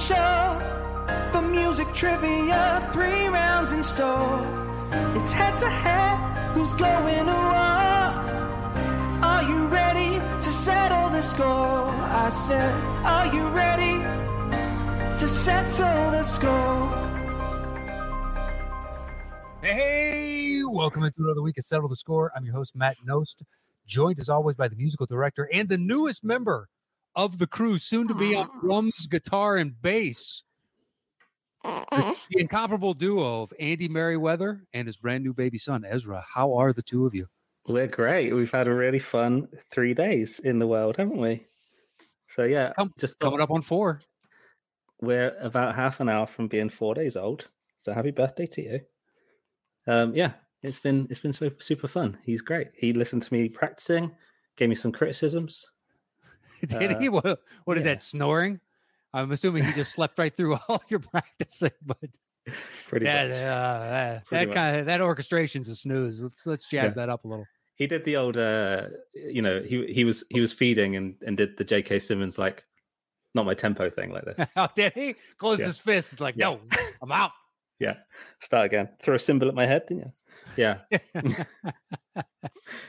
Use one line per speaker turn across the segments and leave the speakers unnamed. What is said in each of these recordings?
show for music trivia. Three rounds in store. It's head to head. Who's going to war? Are you ready to settle the score? I said, Are you ready to settle the score?
Hey, welcome into another week of Settle the Score. I'm your host, Matt Nost, joined as always by the musical director and the newest member of the crew, soon to be on drums, guitar, and bass, the, the incomparable duo of Andy Merriweather and his brand new baby son, Ezra. How are the two of you?
We're great. We've had a really fun three days in the world, haven't we? So yeah,
Come-
just thought
Coming up on four.
we're about half an hour from being four days old. So happy birthday to you. Um, yeah, it's been it's been so super fun. He's great. He listened to me practicing, gave me some criticisms.
Did
Uh,
he? What, what is
yeah.
that, snoring? I'm assuming he just slept right through all your practicing, but
Pretty
that,
much.
uh, that-
Pretty
that
much.
kind of that orchestration's a snooze. Let's let's jazz
Yeah.
that up a little.
He did the old, uh, you know, he he was he was feeding and and did the J.K. Simmons like, not my tempo thing like this.
How did he close
Yeah.
his fist? He's like,
Yeah.
no, I'm out.
Start again. Throw a symbol at my head, didn't you? Yeah,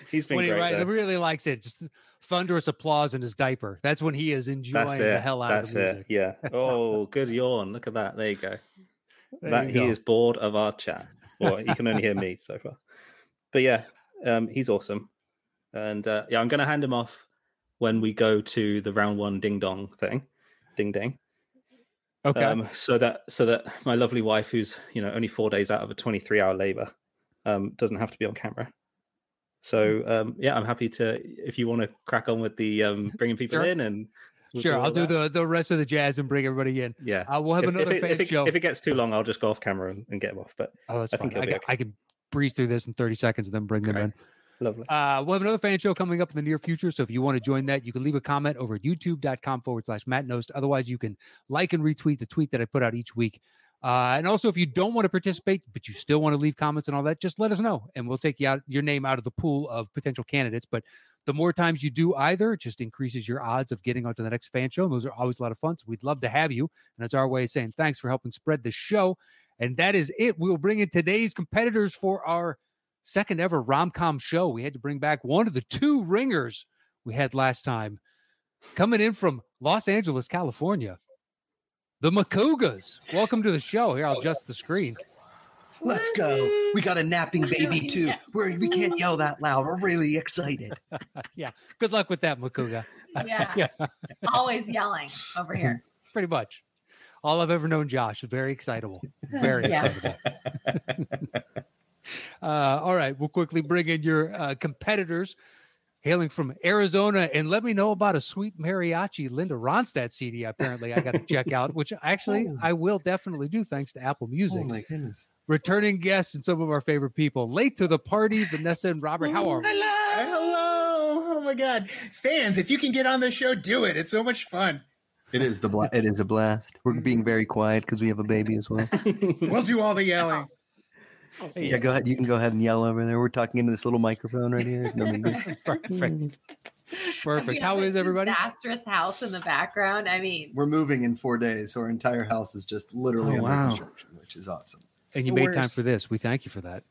he's been
when he
great.
ri-
though.
really likes it, just thunderous applause in his diaper. That's when he is enjoying the hell out
That's
of the music.
it. Yeah. Oh, good yawn. Look at that. There you go.
There
that
you
he
go.
is bored of our chat. Well, you can only hear me so far. But yeah, um, he's awesome. And uh, yeah, I'm going to hand him off when we go to the round one ding dong thing, ding ding.
Okay.
Um, so that so that my lovely wife, who's you know only four days out of a 23 hour labor, um, doesn't have to be on camera. So
Hmm.
um, yeah, I'm happy to if you want to crack on with the um, bringing people
Sure.
in and we'll
sure.
all
I'll do
that.
the, the rest of the jazz and bring everybody in.
yeah.
I will have
if, if
another
it,
fan
if, it,
show.
if it gets too long, I'll just go off camera and, and get him off. But
oh, that's
I
fine.
think
I,
he'll be
ca- I can breeze through this in 30 seconds and then bring them
Great.
in.
lovely.
Uh, we'll have another fan show coming up in the near future. So if you want to join that, you can leave a comment over at youtube.com forward slash Matt Nost. Otherwise, you can like and retweet the tweet that I put out each week. Uh, and also, if you don't want to participate, but you still want to leave comments and all that, just let us know and we'll take you out your name out of the pool of potential candidates. But the more times you do either, it just increases your odds of getting onto the next fan show. And those are always a lot of fun. So we'd love to have you. And that's our way of saying thanks for helping spread the show. And that is it. We will bring in today's competitors for our second ever rom com show. We had to bring back one of the two ringers we had last time, coming in from Los Angeles, California. The Macugas. Welcome to the show. Here, I'll adjust the screen.
Let's go. We got a napping baby too. We're, we can't yell that loud. We're really excited.
Good luck with that, Macuga.
Yeah.
Yeah.
Always yelling over here.
Pretty much. All I've ever known Josh. Very excitable. Very
Yeah.
excitable. uh, all right. We'll quickly bring in your uh, competitors hailing from Arizona and let me know about a sweet mariachi Linda Ronstadt CD. Apparently, I got to check out, which actually
Oh.
I will definitely do thanks to Apple Music.
my goodness.
Returning guests and some of our favorite people. Late to the party, Vanessa and Robert. How are we?
Hello. Hello. Oh my God. Fans, if you can get on the show, do it. It's so much fun.
It is the bla- it is a blast.
Mm-hmm.
We're being very quiet because we have a baby as well.
We'll do all the yelling.
Yeah, go ahead. You can go ahead and yell over there. We're talking into this little microphone right here. It's no big deal.
Perfect. Perfect.
We
How
have
is
a
everybody?
Disastrous house in the background. I mean,
We're moving in four days, so our entire house is just literally
Oh,
under
wow.
construction, which is awesome.
And you
the
made time
worst.
for this. We thank you for that.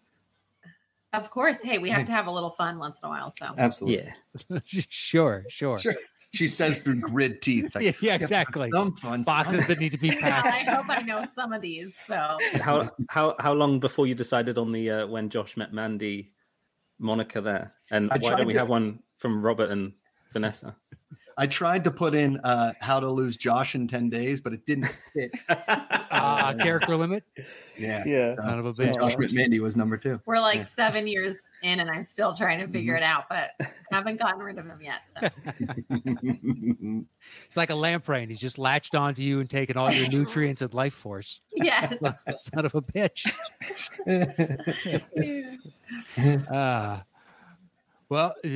of course, hey, we have to have a little fun once in a while.
Uh,
So
Absolutely.
yeah.
sure, sure.
Sure. She says through grit teeth. like,
Yeah, yeah,
"Yep,
exactly.
Some fun
Boxes
stuff."
that need to be
Well,
packed.
I hope I know some of these. So
How how how long before you decided on the uh, when Josh met Mandy moniker there? And
I
why
tried
don't we
to-
have one from Robert and Vanessa?
I tried to put in uh, how to lose Josh in 10 days, but it didn't fit.
Ah, character limit.
Yeah.
yeah.
So,
Son of a
and
bitch.
Josh McMandy was number two.
we're like
Yeah.
seven years in, and I'm still trying to
Mm-hmm.
figure it out, but haven't gotten rid of him yet. So.
It's like a lamprey, and he's just latched onto you and taken all your nutrients and life force.
Yes.
Son of a bitch. Ah. well, uh,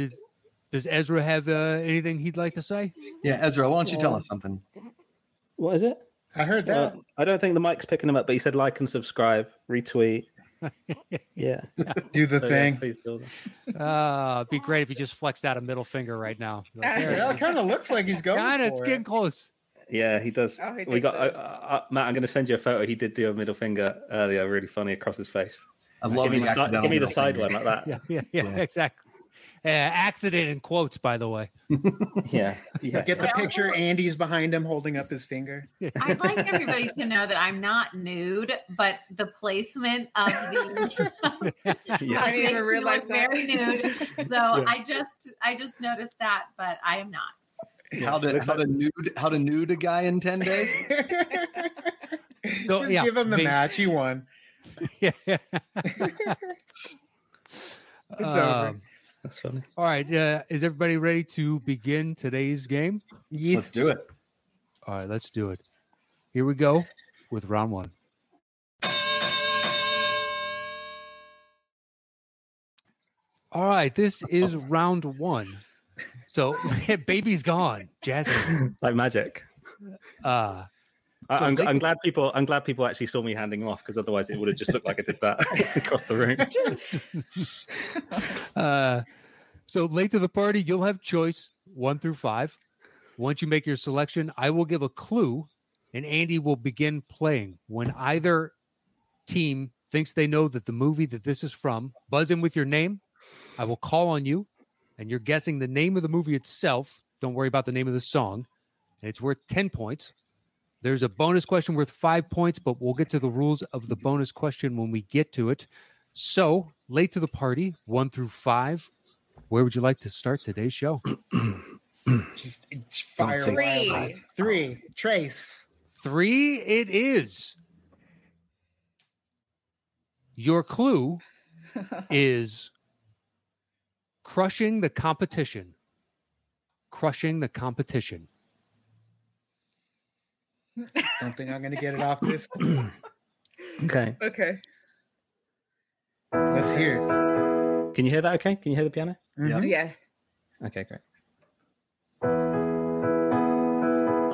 does Ezra have uh, anything he'd like to say?
yeah, Ezra, why don't you tell us something?
What is it?
I heard
Uh,
that.
I don't think the mic's picking him up, but he said like and subscribe, retweet. Yeah.
do the
So, Oh, yeah,
thing.
please do that.
Uh, it'd be great if he just flexed out a middle finger right now. Like, there it
Well, it
is.
kind of looks like he's going.
Kinda, it's
for it.
getting close.
Yeah, he does.
Oh, he
we
did
got
that.
uh, uh, Matt. I'm going to send you a photo. He did do a middle finger earlier, really funny across his face.
I love
give me
the
the, side,
accidental
give me the
middle
side
finger.
one like that.
Yeah, yeah, yeah,
Yeah.
exactly. Uh, accident in quotes, by the way.
yeah, yeah.
Get the
Yeah.
picture. Andy's behind him holding up his finger.
I'd like everybody to know that I'm not nude, but the placement of the
yeah.
I didn't even
Makes me
realize
look
that.
very nude. so I just I just noticed that, but I am not.
How to
Looks
how to nude how to nude a guy in ten days?
Just
yeah,
give him the
big-
match. He won.
Yeah.
It's over.
Um,
That's funny.
All right. Uh, is everybody ready to begin today's game?
Let's do it.
All right, let's do it. Here we go with round one. All right, this is round one. So, baby's gone, Jasmine.
Like magic.
Uh,
I,
So
I'm,
they-
I'm glad people. I'm glad people actually saw me handing him off because otherwise it would have just looked like I did that across the room.
uh, so late to the party, you'll have choice one through five. Once you make your selection, I will give a clue, and Andy will begin playing. When either team thinks they know that the movie that this is from, buzz in with your name. I will call on you, and you're guessing the name of the movie itself. Don't worry about the name of the song, and it's worth ten points. There's a bonus question worth five points, but we'll get to the rules of the bonus question when we get to it. So, late to the party, one through five. Where would you like to start today's show?
Just it's fire
say
away.
Three.
Three. Trace.
Three, it is. Your clue is crushing the competition. Crushing the competition.
Don't think I'm gonna get it off this.
Okay.
okay.
Let's hear. It.
Can you hear that? Okay. Can you hear the piano?
Mhm.
Yeah.
Okay, great.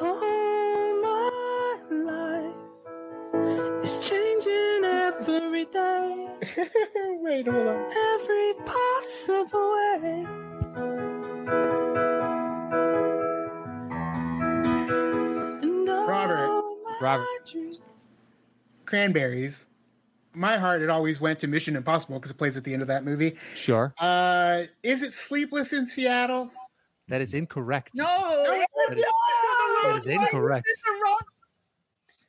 All my life is changing every day,
Wait, hold on.
every possible way. And all
Robert.
my
Robert.
dreams-
Cranberries. My heart it always went to Mission Impossible because it plays at the end of that movie.
Sure.
Uh, is it Sleepless in Seattle?
That is incorrect.
No.
That is, that is incorrect.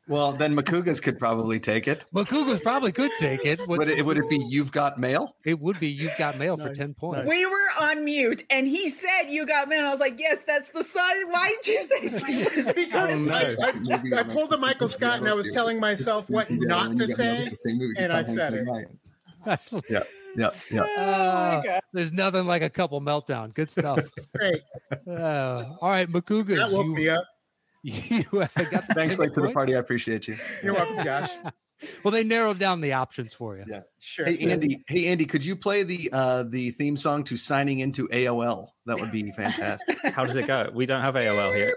Well, then Makugas could probably take it.
Makugas probably could take it. What's-
Would it would it be you've got mail?
it would be you've got mail for
Nice,
10 points.
We were on mute, and he said you got mail. I was like, yes, that's the sign. Why did you say sleepless?
Because
no.
I, I- I pulled the Michael Scott and I was telling myself what not to say. and I said it.
Yeah, yeah, yeah.
oh my God.
Uh, There's nothing like a couple meltdown. Good stuff.
Great.
Uh, all right, Makugas.
That woke
you-
me up.
you uh, got the
Thanks,
pivot
late to the
point?
party. I appreciate you.
You're welcome, Josh.
Well, they narrowed down the options for you.
Yeah.
Sure.
Hey Andy, hey Andy, could you play the uh the theme song to signing into AOL? That would be fantastic.
How does it go? We don't have AOL here.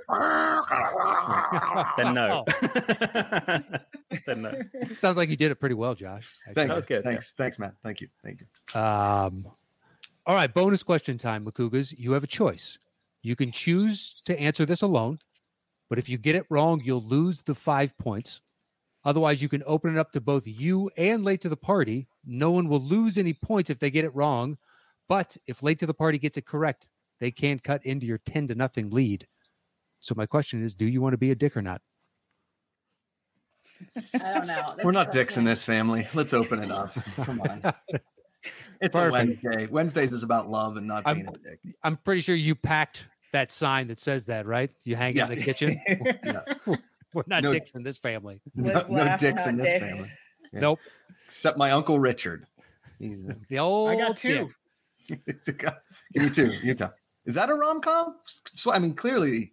Then no. Oh. then no.
Sounds like you did it pretty well, Josh. actually.
Thanks.
was good, yeah.
Thanks. Thanks, Matt. Thank you. Thank you.
Um, all right, bonus question time, Makugas. You have a choice. You can choose to answer this alone, but if you get it wrong, you'll lose the five points. Otherwise, you can open it up to both you and late to the party. No one will lose any points if they get it wrong. But if late to the party gets it correct, they can cut into your 10 to nothing lead. So my question is, do you want to be a dick or not?
I don't know. This
We're not
is-
dicks in this family. Let's open it up. Come on. It's a
Perfect.
Wednesday. Wednesdays is about love and not
I'm-
being a dick.
I'm pretty sure you packed that sign that says that, right? You hang
Yeah.
it in the kitchen. We're not
No.
dicks in this family.
No,
Let's
no
laugh
dicks in
about
this
dicks.
family. Yeah.
Nope.
Except my uncle Richard. He's a-
The old
I got two.
dick.
it's a guy. Give me two. Utah. Is that a rom com? So I mean, clearly,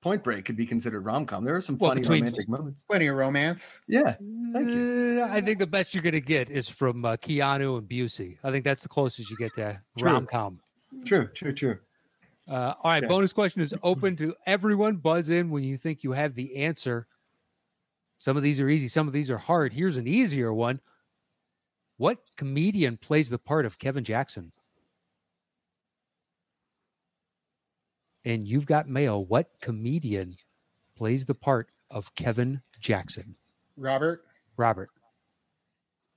Point Break could be considered rom com. There are some
Well,
funny
between-
romantic moments.
Plenty of romance.
Yeah.
Uh, I think the best you're going to get is from uh, Keanu and Busey. I think that's the closest you get to
True.
rom com.
True. True. True.
Uh, all right,
Yeah.
bonus question is open to everyone. Buzz in when you think you have the answer. Some of these are easy, some of these are hard. Here's an easier one. What comedian plays the part of Kevin Jackson? And you've got mail. What comedian plays the part of Kevin Jackson.
Robert,
Robert,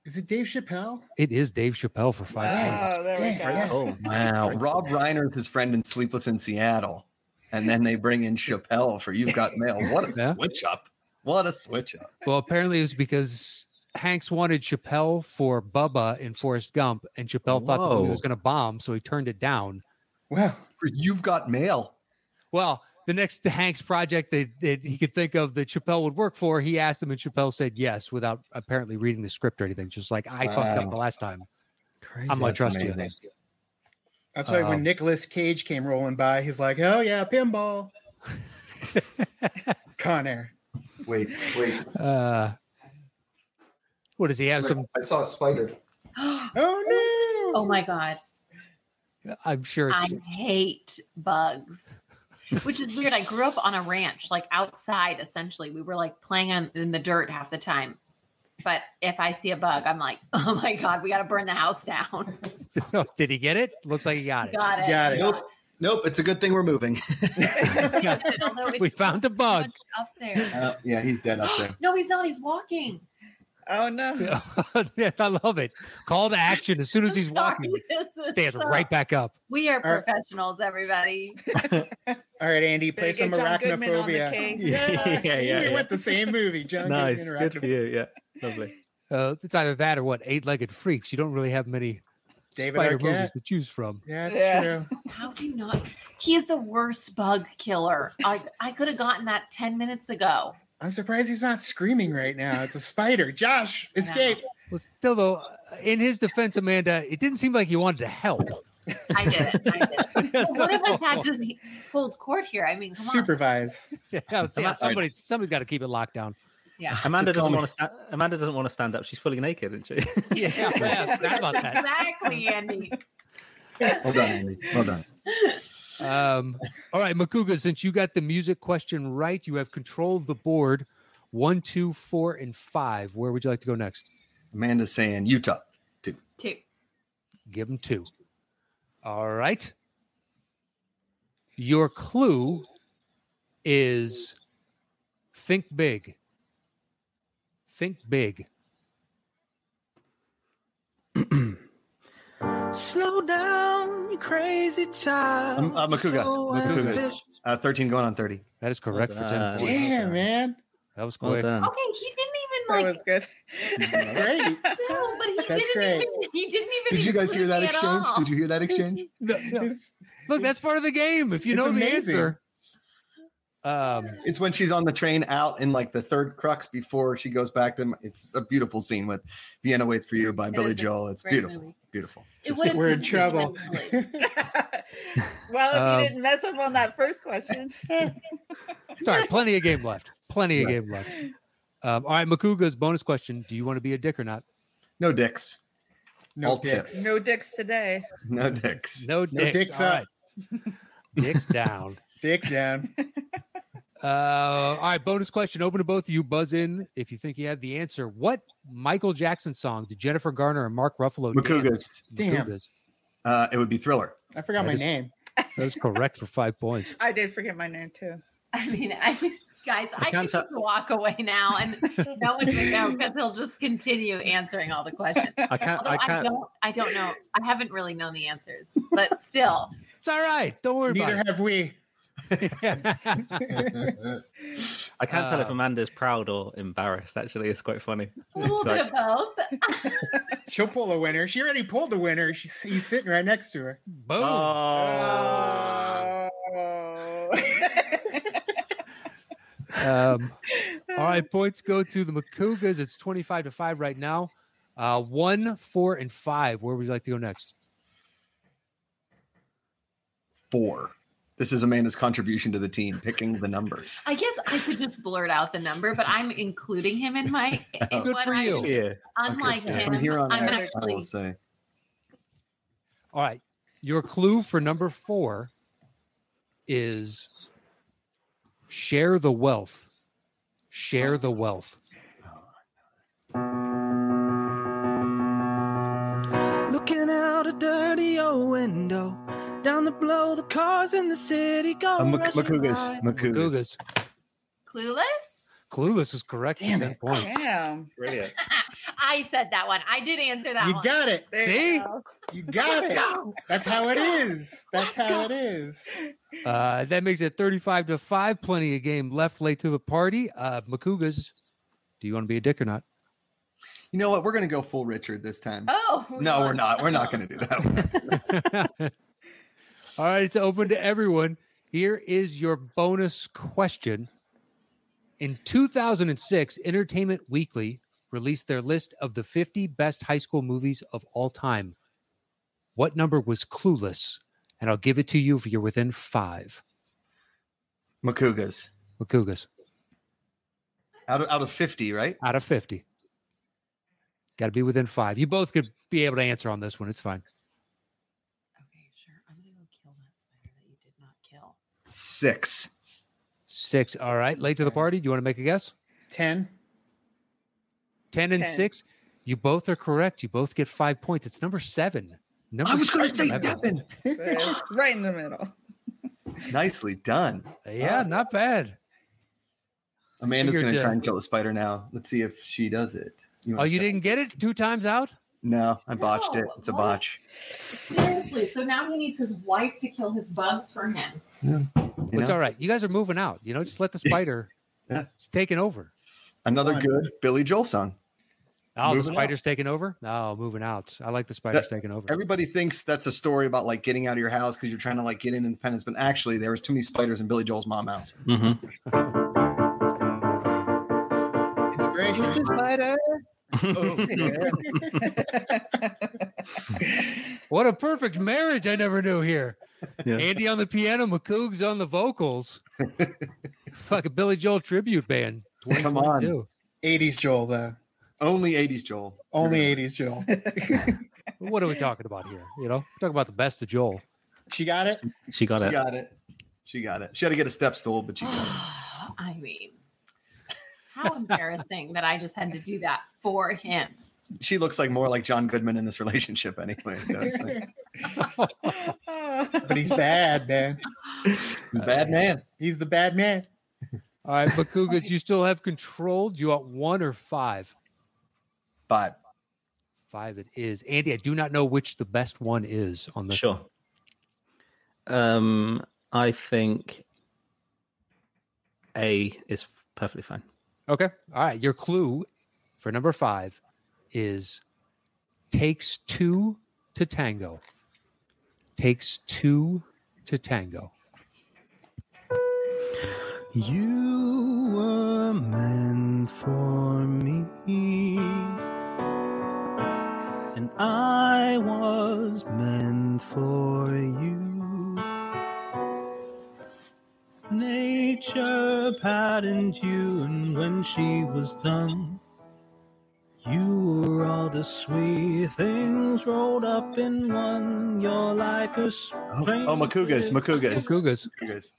is it Dave Chappelle?
it is Dave Chappelle for five. minutes.
Oh, there we
Dang,
go.
yeah.
Oh,
Wow. Rob Reiner's his friend in Sleepless in Seattle. And then they bring in Chappelle for You've Got Mail. What a
Yeah.
switch up. What a switch up.
Well, apparently it was because Hanks wanted Chappelle for Bubba in Forrest Gump, and Chappelle thought the movie
Whoa.
was going to bomb, so he turned it down.
Well,
For You've Got Mail.
Well, the next Hanks project that, that he could think of that Chappelle would work for, he asked him, and Chappelle said yes without apparently reading the script or anything. Just like I fucked up
Wow.
the last time.
crazy.
I'm gonna
that's
trust
amazing.
you.
that's why
Um,
when Nicolas Cage came rolling by, he's like, "Oh yeah, pinball." Con Air.
Wait, wait.
Uh, what does he have? Some?
I saw a spider.
Oh no!
oh my god,
I'm sure
I
it's
hate bugs. Which is weird. I grew up on a ranch, like outside essentially. We were like playing on, in the dirt half the time. But if I see a bug, I'm like, oh my God, we got to burn the house down.
Oh, Did he get it? Looks like he got it.
Got it.
Got it.
Nope. Nope. It's a good thing we're moving.
Although it's
We found a bug.
up there.
Uh, yeah, he's dead up there.
No, he's not. He's walking.
Oh no.
I love it. Call to action as soon as he's walking,
Sorry, this is
stands
so-
right back up.
We are
All right.
professionals, everybody.
All right, Andy, play
Better
some
get John Goodman on the
arachnophobia.
case.
yeah, yeah,
we
yeah.
went the same movie, John.
Nice.
Goodman,
Good
arachnophobia.
for you. Yeah. Lovely.
Uh, it's either that or what eight-legged freaks. You don't really have many
David
spider
Arquette.
movies to choose from.
That's
Yeah.
true.
How do you not? He is the worst bug killer. I, I could have gotten that 10 minutes ago.
I'm surprised he's not screaming right now. It's a spider. Josh,
know.
escape.
Well, still though, uh, in his defense, Amanda, it didn't seem like he wanted to help.
I did it. I did it. One of us had to hold court here. I mean, come on.
Supervise.
Yeah, yeah, somebody's somebody's got to keep it locked down.
Yeah.
Amanda
Just call
doesn't
me.
want to stand. Amanda doesn't want to stand up. She's fully naked, isn't she?
Yeah, yeah, forgot about that.
Exactly, Andy.
Well done, Andy. Well done.
Um, all right, Makuga, since you got the music question right, you have control of the board. One, two, four, and five. Where would you like to go next?
Amanda's saying Utah.
Two.
Give them two. All right. Your clue is think big. Think big.
Slow down, you crazy child.
Um, uh, Makuga. Makuga.
ambitious.
Uh, 13 going on 30.
That is correct for 10
done.
points.
Damn, man.
That was
well
quick.
done.
Okay, he didn't
That
even
was
like.
good.
That's great.
No, but he
That's
didn't
great.
even. He didn't even.
Did you guys hear
include
that
me at
exchange?
all.
Did you hear that exchange?
No, no.
It's-
Look, that's
It's-
part of the game. If you
it's
know the
amazing.
answer. Um,
It's when she's on the train out in like the third crux before she goes back to. m- It's a beautiful scene with Vienna Waits for You by
It
Billy
is a
Joel. It's
great
beautiful,
movie.
beautiful.
It would've
We're in
been really
trouble.
lovely.
well, if
Um, eh.
you didn't mess up on that first question.
sorry, plenty of game left. Plenty of game left. Um, all right, Makuga's bonus question: Do you want to be a dick or not?
No dicks.
no
All
dicks.
tits.
No dicks today.
No dicks.
No
No
dicks.
dicks
all
up.
right. dicks down.
Dick down.
Uh, all right, bonus question. Open to both of you. Buzz in if you think you have the answer. What Michael Jackson song did Jennifer Garner and Mark Ruffalo dance?
Makugas.
Damn.
Makuga's.
Uh, it would be Thriller.
I forgot
I
my
just-
name.
That is correct for five points.
I did forget my name too.
I mean, I guys, I, can
can't tell-
just walk away now, and no one will know because he'll just continue answering all the questions.
I can't.
Although
I
I,
can't.
don't, I don't know. I haven't really known the answers, but still,
It's all right. Don't worry
Neither
about
have we.
it.
I can't tell if
Uh,
Amanda's proud or embarrassed. Actually, it's quite funny.
a little
It's
bit
like,
of both.
She'll pull a winner. She already pulled a winner. She's he's sitting right next to her.
Boom.
Oh,
Um, all right, points go to the Makugas. It's 25 to 5 right now. Uh, one, four, and five. Where would you like to go next?
Four. This is Amanda's contribution to the team, picking the numbers.
I guess I could just blurt out the number, but I'm including him in my. In
Good
what
for
I
you.
do.
yeah.
Unlike
Okay,
him,
From here on
I'm
out, I
actually.
will say
All right. Your clue for number four is share the wealth. Share the wealth.
Looking out a dirty old window, down the blow, the cars in the city go.
uh, Mak-
rushing
Makugas.
by.
Makugas.
Makugas.
Clueless?
Clueless is correct. for
Damn
10
it.
points.
Damn.
Brilliant.
I said that one. I did answer that
You
one.
got it.
There
See?
you go.
You got it. That's how it is. That's how it is.
Uh, that makes it 35 to 5. Plenty of game left late to the party. Uh, Makugas, do you want to be a dick or not?
You know what? We're gonna go full Richard this time.
Oh
no, we're not. We're not gonna do that.
All right, it's open to everyone. Here is your bonus question. In 2006, Entertainment Weekly released their list of the 50 best high school movies of all time. What number was Clueless? And I'll give it to you if you're within five.
Makugas
Makugas,
out of out of fifty, right?
out of 50. Got to be within five. You both could be able to answer on this one. It's fine.
Okay, sure. I'm gonna go kill that spider that you did not kill.
Six.
Six. All right, late to the party. Do you want to make a guess?
10.
10 and
10.
6 you both are correct you both get five points it's number seven number
I was gonna say
seven.
Devin.
It's right in the middle.
Nicely done.
yeah
Oh.
not bad
Amanda's
Figured,
gonna
uh,
try and kill a spider now. Let's see if she does it.
oh
wanna
you
start?
didn't get it two times out
No, I botched it.
No,
It's a
what?
botch.
Seriously, so now he needs his wife to kill his bugs for him.
You
it's
know?
all right you guys are moving out you know just let the spider
Yeah.
it's taking over
Another
Fine.
good Billy Joel song.
oh the
Moving out.
spider's taking over oh moving out i like the spider's taking over
Everybody thinks that's a story about like getting out of your house because you're trying to like get in independence, but actually there was too many spiders in Billy Joel's mom house.
Mhm.
Inspiration.
It's a spider. Oh, yeah.
what a perfect marriage i never knew here
Yeah.
andy on the piano mccoogs on the vocals fuck a billy joel tribute band
Come on.
2022.
80s Joel, though.
Only 80s Joel.
Only
You're
80s Joel.
what are we talking about here you know talk about the best of joel
She got it?
She got
gonna-
it.
She got it. She got it. She had to get a step stool, but she got it.
I mean, how embarrassing that I just had to do that for him.
She looks like more like John Goodman in this relationship anyway. So it's like,
But he's bad, man.
he's a bad man.
He's the bad man.
All right, but Kugas, you still have control. Do you want one or five?
But
Five it is. Andy, I do not know which the best one is on this.
Sure. Um, I think A is perfectly fine.
Okay. All right. Your clue for number five is takes two to tango. Takes two to tango.
You were meant for me, and I was meant for you. Nature patterned you, and when she was done, you were all the sweet things rolled up in one. You're like a
Oh, oh Makugas, Makugas.
Kugas.
Makugas.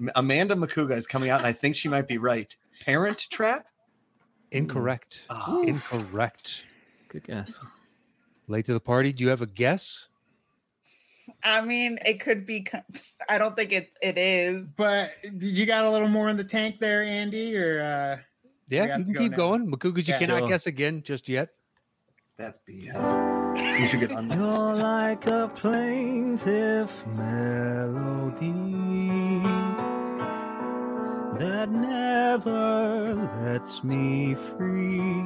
Am- Amanda Makuga is coming out, and I think she might be right. Parent Trap?
Incorrect.
Oh.
Incorrect.
Good guess.
Late to the party. Do you have a guess?
I mean, it could be. co- I don't think it it is.
But did you got a little more in the tank there, Andy? Or uh We
Yeah,
have
you can
to go
keep
now.
going. Makugas, you
Yeah.
cannot
Sure.
guess again just yet.
That's BS. You should get on that.
You're like a plaintive melody that never lets me free.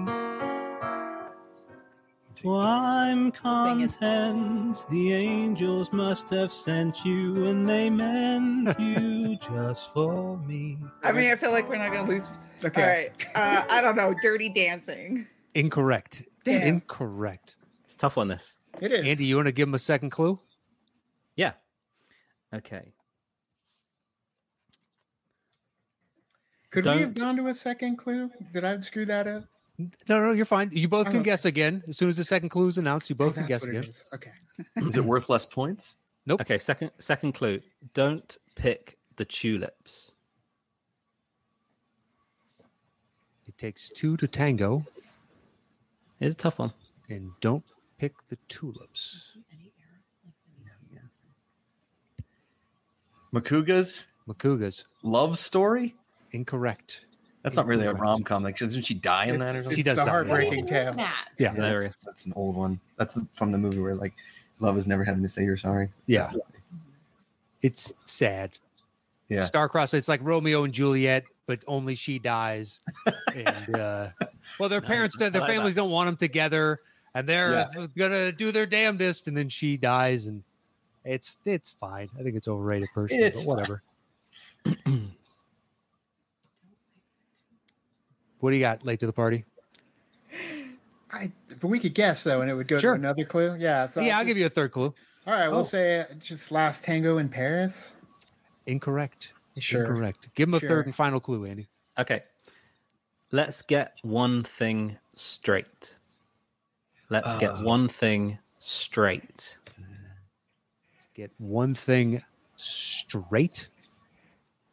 For I'm content the angels must have sent you and they meant you just for me.
I mean, I feel like we're not gonna lose.
Okay.
All right. Uh, I don't know. Dirty Dancing.
Incorrect.
Damn.
Incorrect.
It's tough on this.
It is.
Andy, you want to give him a second clue?
Yeah. Okay.
Could we have
don't-
gone to a second clue? Did I screw that up?
No, no, you're fine. You both
Oh,
can
okay.
guess again. As soon as the second clue is announced, you both can
That's
guess
what
again.
it is. Okay.
Is it worth less points?
Okay, second second clue. Don't pick the tulips.
It takes two to tango,
It's a tough one.
and don't pick the tulips.
Makuga's
Makugas,
love story?
incorrect.
That's not really a rom com. Like, doesn't she die in that or
It's-
something?
She does
it's
die.
a heartbreaking
What
tale.
is that?
Yeah,
Yeah, that's, that's an old one. That's the, from the movie where like love is never having to say you're sorry.
yeah.
Mm-hmm.
It's sad.
Yeah.
Star-crossed. It's like Romeo and Juliet, but only she dies. and uh, well, their parents, their
clever.
families don't want them together, and they're gonna do their damnedest, and then she dies, and it's it's fine. I think it's overrated personally,
It's
but whatever. what do you got late to the party?
I, but we could guess though, and it would go
Sure.
to another clue. Yeah. So
yeah, I'll give you a third clue.
All right,
Oh.
we'll say uh, just last tango in Paris.
Incorrect.
Sure.
Incorrect. Give him a
Sure.
third and final clue, Andy.
Okay. Let's get one thing straight. Let's get
Uh.
one thing straight.
get one thing straight.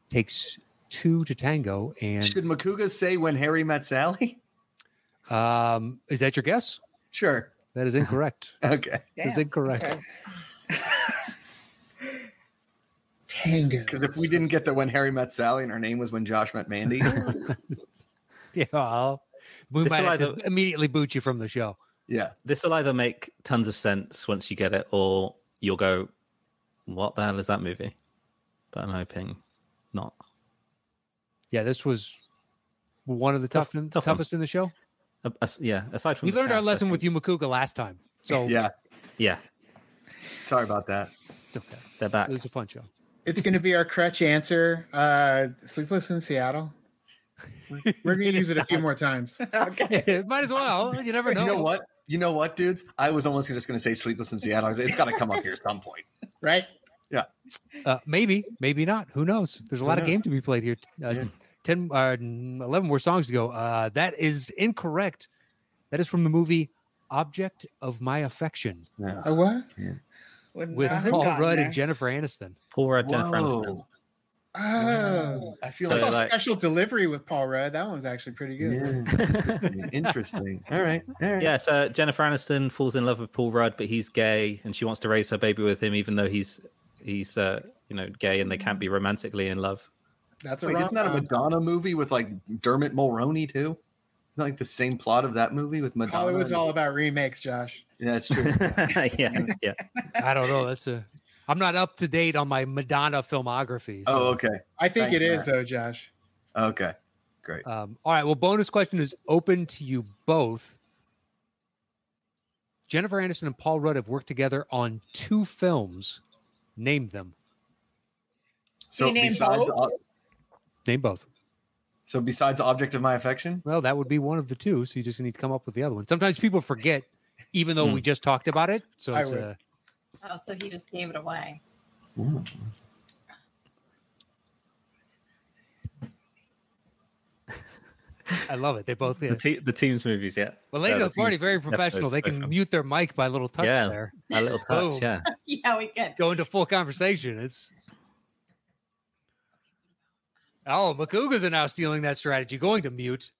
Takes two to tango, and
Should Makuga say when Harry met Sally?
um, is that your guess?
Sure.
That is incorrect.
Okay.
That's
Damn.
incorrect.
Okay.
Tango.
Because if we didn't get the when Harry met Sally and her name was when Josh met Mandy,
Yeah, I'll- we
This
might
will
have to
either-
immediately boot you from the show.
yeah,
This will either make tons of sense once you get it, or you'll go, What the hell is that movie? But I'm hoping not.
Yeah, this was one of the
Tough-
tough, toughest,
tough one.
in the show.
Uh, as- yeah, aside from
We
the
learned our
cast, I
lesson with
think-
you, Makuga, last time, so
yeah.
Yeah,
Sorry about that.
it's okay.
they're back.
It was a fun show.
It's going to be our crutch answer. Uh, Sleepless in Seattle. We're- We're going to use it a few more times.
might as well. You never
You
know.
know what? You know what, dudes? I was almost just going to say Sleepless in Seattle. I was like, It's got to come up here at some point.
Right?
Uh, maybe, maybe not. Who knows? There's a
Who
lot of
knows?
game to be played here. Uh,
Yeah.
10, uh, n- 11 more songs to go. Uh, that is incorrect. That is from the movie Object of My Affection
Yeah.
A what?
Would
with
not have
Paul
gotten
Rudd
there.
and Jennifer Aniston.
Paul Rudd, Jennifer Aniston.
Whoa.
Oh.
I feel
uh,
I
So,
saw
like
like-
Special Delivery with Paul Rudd. That one's actually pretty good.
Yeah. interesting. All right. All right.
Yeah, so Jennifer Aniston falls in love with Paul Rudd, but he's gay, and she wants to raise her baby with him, even though he's he's uh, you know gay, and they can't be romantically in love.
That's a
Wait, isn't that a
um,
rom-com.
Madonna movie with like Dermot Mulroney too? Isn't that like the same plot of that movie with Madonna?
Hollywood's
and-
all about remakes, Josh.
Yeah, it's true.
yeah, yeah.
I don't know. That's a. I'm not up to date on my Madonna filmography.
oh,
so,
okay.
I think
Thank
it
you,
is, though, Josh.
Okay. Great.
um, all right. Well, bonus question is open to you both. Jennifer Aniston and Paul Rudd have worked together on two films. Name them.
So
you name
besides
both?
ob-
Name both.
so besides object of my affection?
Well, that would be one of the two. So you just need to come up with the other one. Sometimes people forget, even though we
Hmm.
just talked about it. So
I
it's,
would.
uh,
Oh, so he just gave it away.
I love it. They both. Yeah.
The, te- the teams movies, yeah.
Well, Lady
yeah,
of
the
the Party,
team's
very professional. They can
special.
mute their mic by a little touch
Yeah.
there.
A little touch,
Oh.
yeah.
Yeah, we could.
Go into full conversation. It's. Oh, Makugas are now stealing that strategy, going to mute.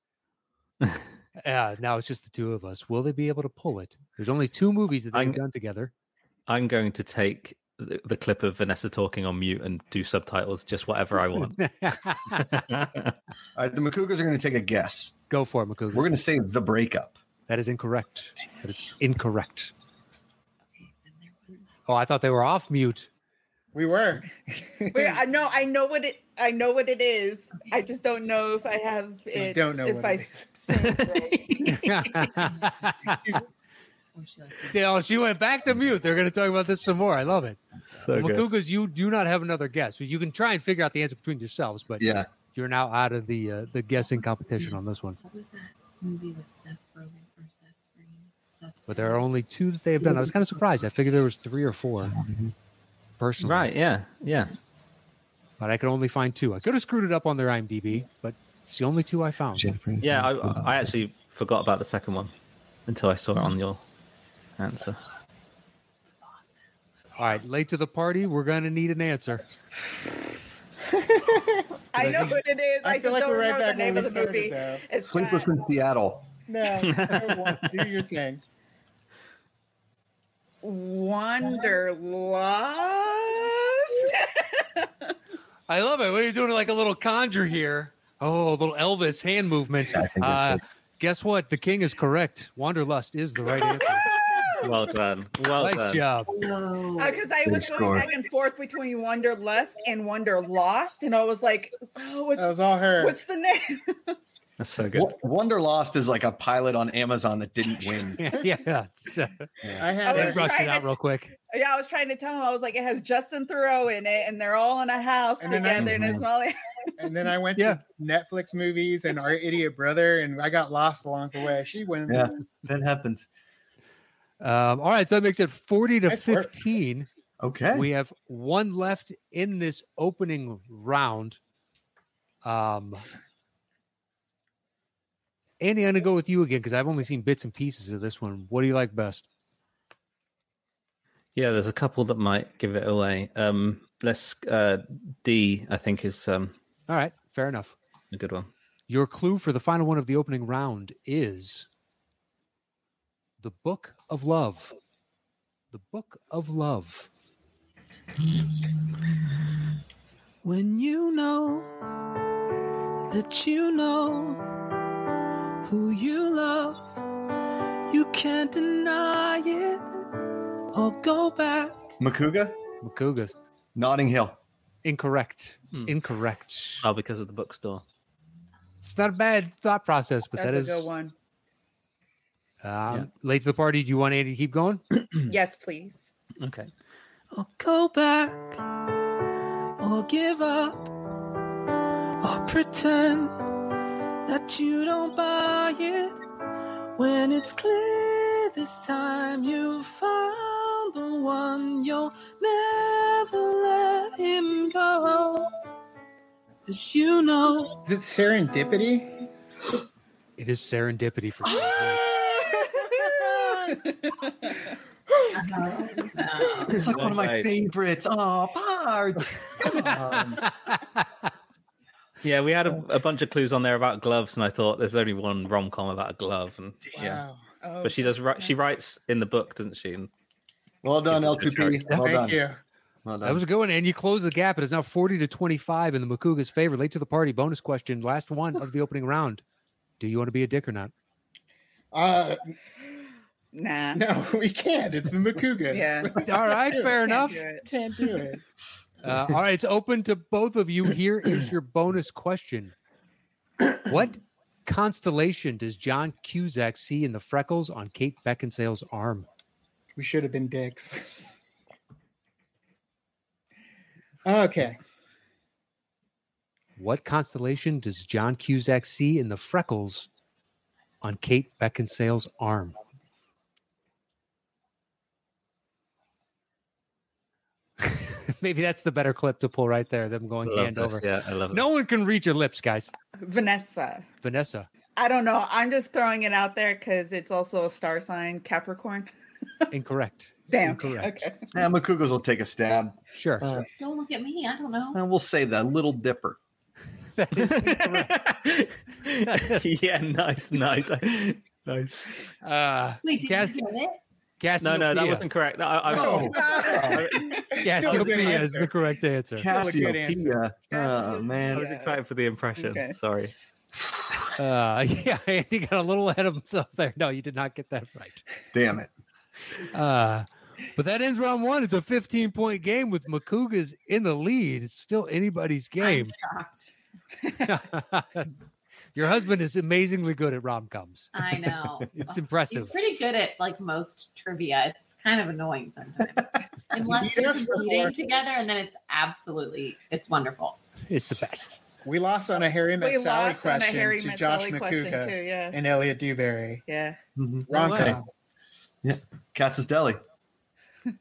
Yeah, now it's just the two of us. Will they be able to pull it? There's only two movies that they've
I'm-
done together.
I'm going to take the, the clip of Vanessa talking on mute and do subtitles, just whatever I want.
All right, the Makugas are going to take a guess.
Go for it, Makugas.
We're going to say the breakup.
That is incorrect. That is incorrect. Oh, I thought they were off mute.
We were.
Wait, I know, I know what it, I know what it is. I just don't know if I have
So you
it.
don't know
if
what
I
it is.
say it right.
Oh, she likes
You know, she went back to mute. They're going to talk about this some more. I love it.
so good.
Makugas, you do not have another guess. You can try and figure out the answer between yourselves, but
Yeah.
you're now out of the uh, the guessing competition on this one.
What was that movie with Seth Rogen or Seth Green? Seth
But there are only two that they have done. I was kind of surprised. I figured there was three or four, personally.
Right, yeah, yeah.
But I could only find two. I could have screwed it up on their IMDb, but it's the only two I found.
Jennifer Aniston.
Yeah, I, I actually forgot about the second one until I saw it on your answer.
All right, late to the party. We're going to need an answer.
I know what it is. I,
I feel
just
like
don't
we're right
know the
back where
name
we
of the movie.
started, though.
It's
Sleepless
not-
in Seattle.
No, no, Juan, do your thing.
Wanderlust.
I love it. What are you doing? Like a little conjure here. Oh, a little Elvis hand movement.
I think
Uh,
that's
guess what? The king is correct. Wanderlust is the right answer.
Well done. Well
nice
done.
job.
Whoa.
Because Uh, I
Good
was
score.
going back and forth between Wonderlust and Wonderlost, and I was like, oh,
That
what's,
was all her.
what's the name?
That's so good.
Wo- Wonderlost is like a pilot on Amazon that didn't win.
Yeah, yeah. it's, uh,
I had
I
they
was
it.
rushed it
trying
out
to-
real quick.
Yeah, I was trying to tell him. I was like, it has Justin Thoreau in it, and they're all in a house
And then I-
together, and it's not like
and then I went
Yeah.
to Netflix movies and Our Idiot Brother, and I got lost along the way. She went.
Yeah. That happens.
Um, all right, so that makes it forty to
Nice work.
fifteen.
Okay.
We have one left in this opening round. Um, Andy, I'm gonna go with you again because I've only seen bits and pieces of this one. What do you like best?
Yeah, there's a couple that might give it away. Um, let's uh, D. I think is um,
All right, fair enough.
a good one.
Your clue for the final one of the opening round is the Book of Love. The Book of Love.
When you know that you know who you love, you can't deny it or go back.
Makuga,
Makugas.
Notting Hill.
Incorrect.
Hmm.
Incorrect.
Oh, because of the bookstore.
It's not a bad thought process, but
that's
that
a
is
good one.
um, late to the party. Do you want Andy to keep going?
yes, please.
Okay.
Or go back, or give up, or pretend that you don't buy it. When it's clear this time you found the one, you'll never let him go. Cause you know.
Is it serendipity?
It is serendipity for me.
It's like one of my
Nice.
favorites. Oh, parts. Um,
Yeah, we had a, a bunch of clues on there about gloves, and I thought there's only one rom com about a glove, and yeah.
Wow.
Oh,
But she does. Write, she writes in the book, doesn't she? And
well done,
Gives it a
L2P. Well
Thank
done.
you.
Well done.
That was a good one. And you close the gap. It is now 40 to 25 in the Makuga's favor. Late to the party. Bonus question. Last one of the opening round. Do you want to be a dick or not?
Uh,
Oh, nah.
no, we can't. It's the Makugas.
Yeah.
All right, fair
Can't
enough.
do it.
Can't do it.
Uh, all right, it's open to both of you. Here is your bonus question. What constellation does John Cusack see in the freckles on Kate Beckinsale's arm?
We should have been dicks. Okay.
What constellation does John Cusack see in the freckles on Kate Beckinsale's arm? Maybe that's the better clip to pull right there, them going
I love
hand
this.
over.
Yeah, I love it.
No one can read your lips, guys.
Vanessa.
Vanessa.
I don't know. I'm just throwing it out there because it's also a star sign, Capricorn.
Incorrect.
Damn.
Incorrect.
Okay.
yeah, Makugas will take a stab.
Sure.
Uh,
Don't look at me. I don't know.
And we'll say the Little Dipper.
That is incorrect.
yeah, nice, nice, nice.
Uh,
Wait, did
Cas-
you get it?
No,
Cassiopeia.
no, that wasn't correct. No, I, I was-
Oh,
Cassiopeia is the correct answer.
That's a good answer.
Cassiopeia. Oh,
I
man.
was excited for the impression.
Okay.
Sorry.
Uh, yeah, Andy got a little ahead of himself there. No, you did not get that right.
Damn it.
Uh, but that ends round one. It's a 15 point game with Makugas in the lead. It's still anybody's
I'm
game.
shocked.
Your husband is amazingly good at rom coms.
I know.
It's
He's
impressive.
pretty good at like most trivia. It's kind of annoying sometimes, unless
beat
you're
us before.
competing together, and then it's absolutely it's wonderful.
It's the best.
We lost on a Harry Met
We
Sally
lost on a
question
Harry
to
Met
Josh
Sally question
Makuga
too. Yeah.
and Elliot Dewberry.
Yeah.
Mhm.
Ron
way.
Cobb.
Katz's Deli.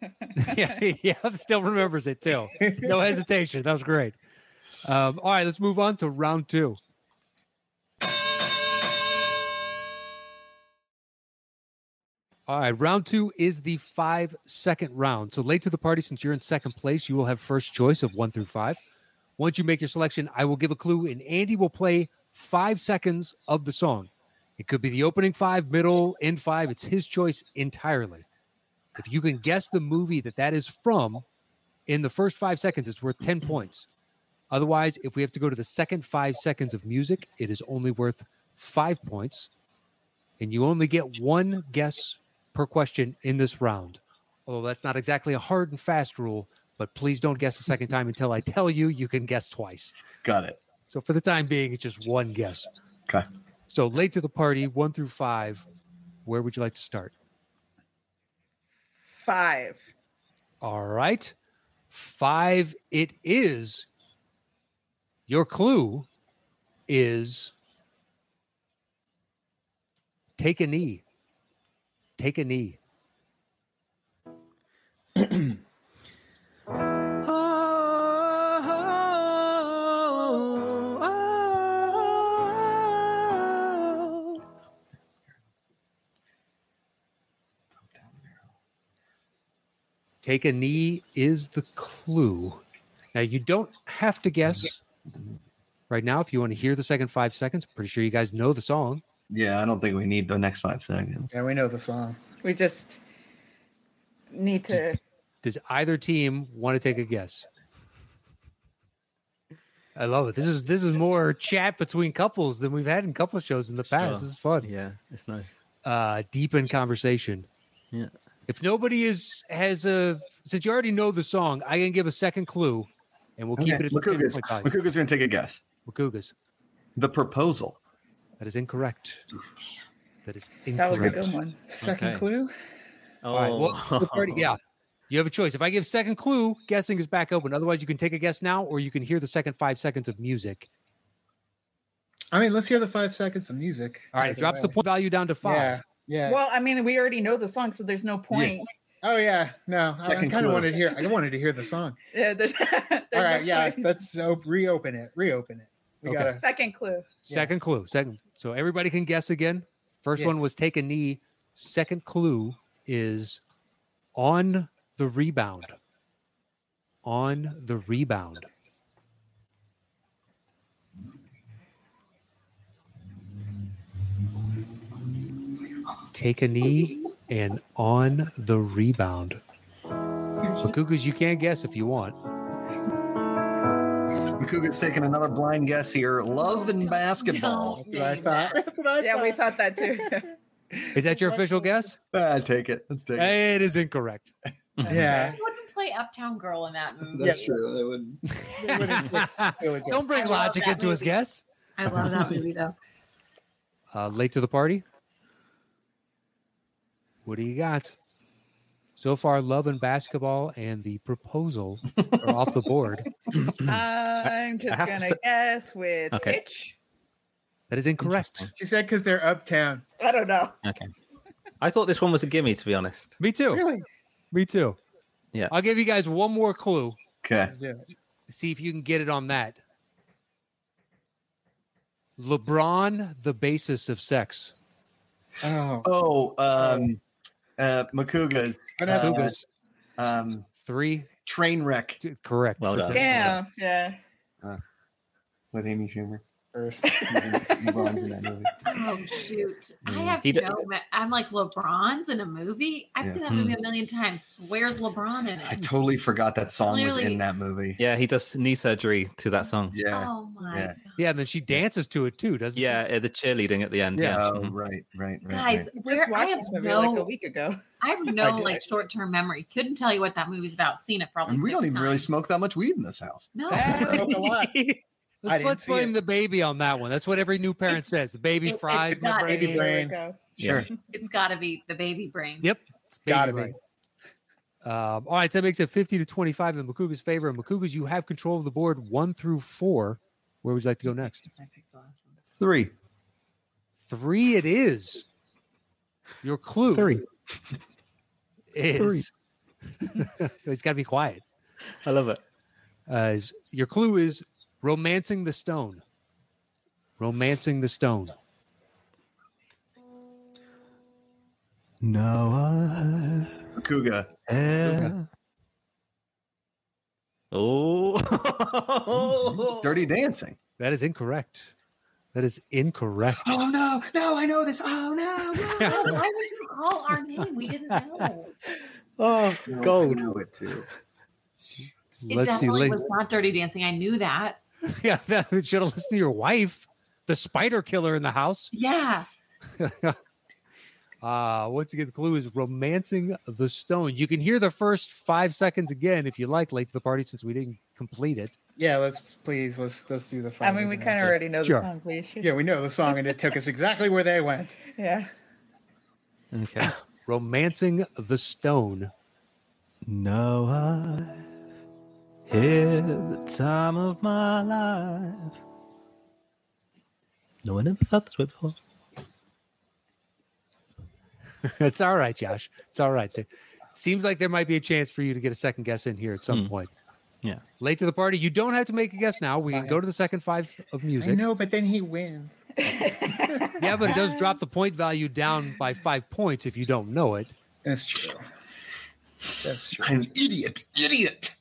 yeah, yeah, still remembers it too. No hesitation. That was great. Um, all right, let's move on to round two. All right, round two is the five second round. So late to the party, since you're in second place, you will have first choice of one through five. Once you make your selection, I will give a clue and Andy will play five seconds of the song. It could be the opening five, middle, end five. It's his choice entirely. If you can guess the movie that that is from in the first five seconds, it's worth 10 points. Otherwise, if we have to go to the second five seconds of music, it is only worth five points. And you only get one guess per question in this round. Although that's not exactly a hard and fast rule, but please don't guess a second time until I tell you you can guess twice.
Got it.
So for the time being, it's just one guess.
Okay.
So late to the party, one through five. Where would you like to start?
Five.
All right. Five it is. Your clue is take a knee. Take a knee. Take a knee is the clue. Now you don't have to guess right now if you want to hear the second five seconds. Pretty sure you guys know the song.
Yeah, I don't think we need the next five seconds.
Yeah, we know the song.
We just need to.
Does either team want to take a guess? I love it. This is this is more chat between couples than we've had in couple shows in the past.
Sure.
This is fun.
Yeah, it's nice.
Uh deep in conversation.
Yeah.
If nobody is has a since you already know the song, I can give a second clue and we'll keep
Okay,
it at the 10
Makuga's,
point value.
Makuga's going to take a guess.
Makugas.
The proposal.
That is incorrect. Damn. That is
That was a
incorrect.
good one.
Second
Okay.
clue.
Oh,
All right. Well, the party- yeah. You have a choice. If I give second clue, guessing is back open. Otherwise, you can take a guess now, or you can hear the second five seconds of music.
I mean, let's hear the five seconds of music.
All right, it
Either
drops the
way.
point value down to five.
Yeah. Yeah.
Well, I mean, we already know the song, so there's no point.
oh yeah. No, I- I
Second
kind of
clue.
wanted to hear. I wanted to hear the song.
Yeah, there's, there's
All right.
no
Yeah.
point.
Let's op- reopen it. Reopen it. We
Okay.
gotta.
Second clue.
Second clue. Second. So everybody can guess again. First one
Yes.
was take a knee. Second clue is on the rebound. On the rebound. Take a knee and on the rebound. But Cuckoos, you can guess if you want.
Makuga's taking another blind guess here. Love and basketball.
That's what I thought. That's what I
Yeah, we
thought.
thought that too.
Is that your official guess?
Ah, take it. Let's take it.
It is incorrect.
Mm-hmm.
Yeah.
I wouldn't play Uptown Girl in that movie.
That's true. That would.
Don't bring
I love
logic
that
into his
movie.
guess.
I love that movie though.
Uh, late to the party. What do you got? So far, love and basketball and the proposal are off the board.
I'm just
have to
gonna
say-
guess with
Okay.
itch.
That is incorrect.
She said because they're uptown.
I don't know.
Okay. I thought this one was a gimme, to be honest.
Me too.
Really?
Me too.
Yeah.
I'll give you guys one more clue.
Okay.
Yeah.
See if you can get it on that. LeBron, the basis of sex.
Oh.
Oh, um, uh, Makuga's
Gonna have to-
Uh,
Fuga's
um,
three.
train wreck
Two, correct.
Well
for
done.
ten.
Damn. Yeah.
with Amy Schumer.
First.
You belong in that movie.
Oh shoot! I
Mm.
have
He d-
no. me- I'm like LeBron's in a movie. I've
Yeah. Mm.
seen that movie a million times. Where's LeBron in
I
it?
totally forgot that song was
Clearly-
in that movie.
Yeah, he does knee surgery to that song.
Yeah.
Oh my
Yeah.
Yeah, and then she dances to it too, doesn't
Yeah, uh, the cheerleading at the end.
Yeah.
Yeah.
Oh,
Mhm.
right, right, right.
God. guys!
right.
Just
Where I
watched
have
this movie like a
no,
week ago.
I have no
did.
like short term memory. Couldn't tell you what that movie's about. Seen it probably.
And we don't
six
even really
times.
smoke that much weed in this house.
No,
I smoked a lot. I
Let's,
didn't
let's
see
blame
it.
the baby on that one. That's what every new parent says. The baby
It- it's
fries my
got
brain.
it.
Baby
There we
brain.
go.
Sure.
it's got to be the baby brain.
Yep. It's baby
Gotta
brain. Um, all right, so that makes it 50 to 25 in Makuga's favor. And Makuga's, you have control of the board one through four. Where would you like to go next?
Guess I picked the last one.
Three.
Three it is. Your clue
Three.
is. He's got to be quiet.
I love it.
Uh, is- your clue is romancing the stone. Romancing the stone.
No.
Makuga.
Oh.
Dirty Dancing.
That is incorrect. That is incorrect.
Oh no, no, I know this. Oh no,
Oh, why would you call our name? We didn't know.
oh,
no.
gold.
I know it too.
It
Let's see.
definitely
Link.
was not Dirty Dancing. I knew that.
yeah, that should have listened to your wife, the spider killer in the house.
Yeah.
Uh, once again, the clue is romancing the stone. You can hear the first five seconds again if you like late to the party since we didn't complete it.
Yeah, let's please let's let's do the.
I
final
mean, we
dance.
kind of already know
Sure.
the song, please.
Yeah, we know the song, and it took us exactly where they went.
Yeah.
Okay.
Romancing the stone.
No, I had the time of my life. No one ever felt this way before.
it's all right, Josh. It's all right. There- seems like there might be a chance for you to get a second guess in here at some
Hmm.
point.
Yeah.
Late to the party. You don't have to make a guess now. We can go to the second five of
I
music.
know, but then he wins.
Yeah, but it does drop the point value down by five points if you don't know it.
That's true. That's true.
I'm an idiot. Idiot.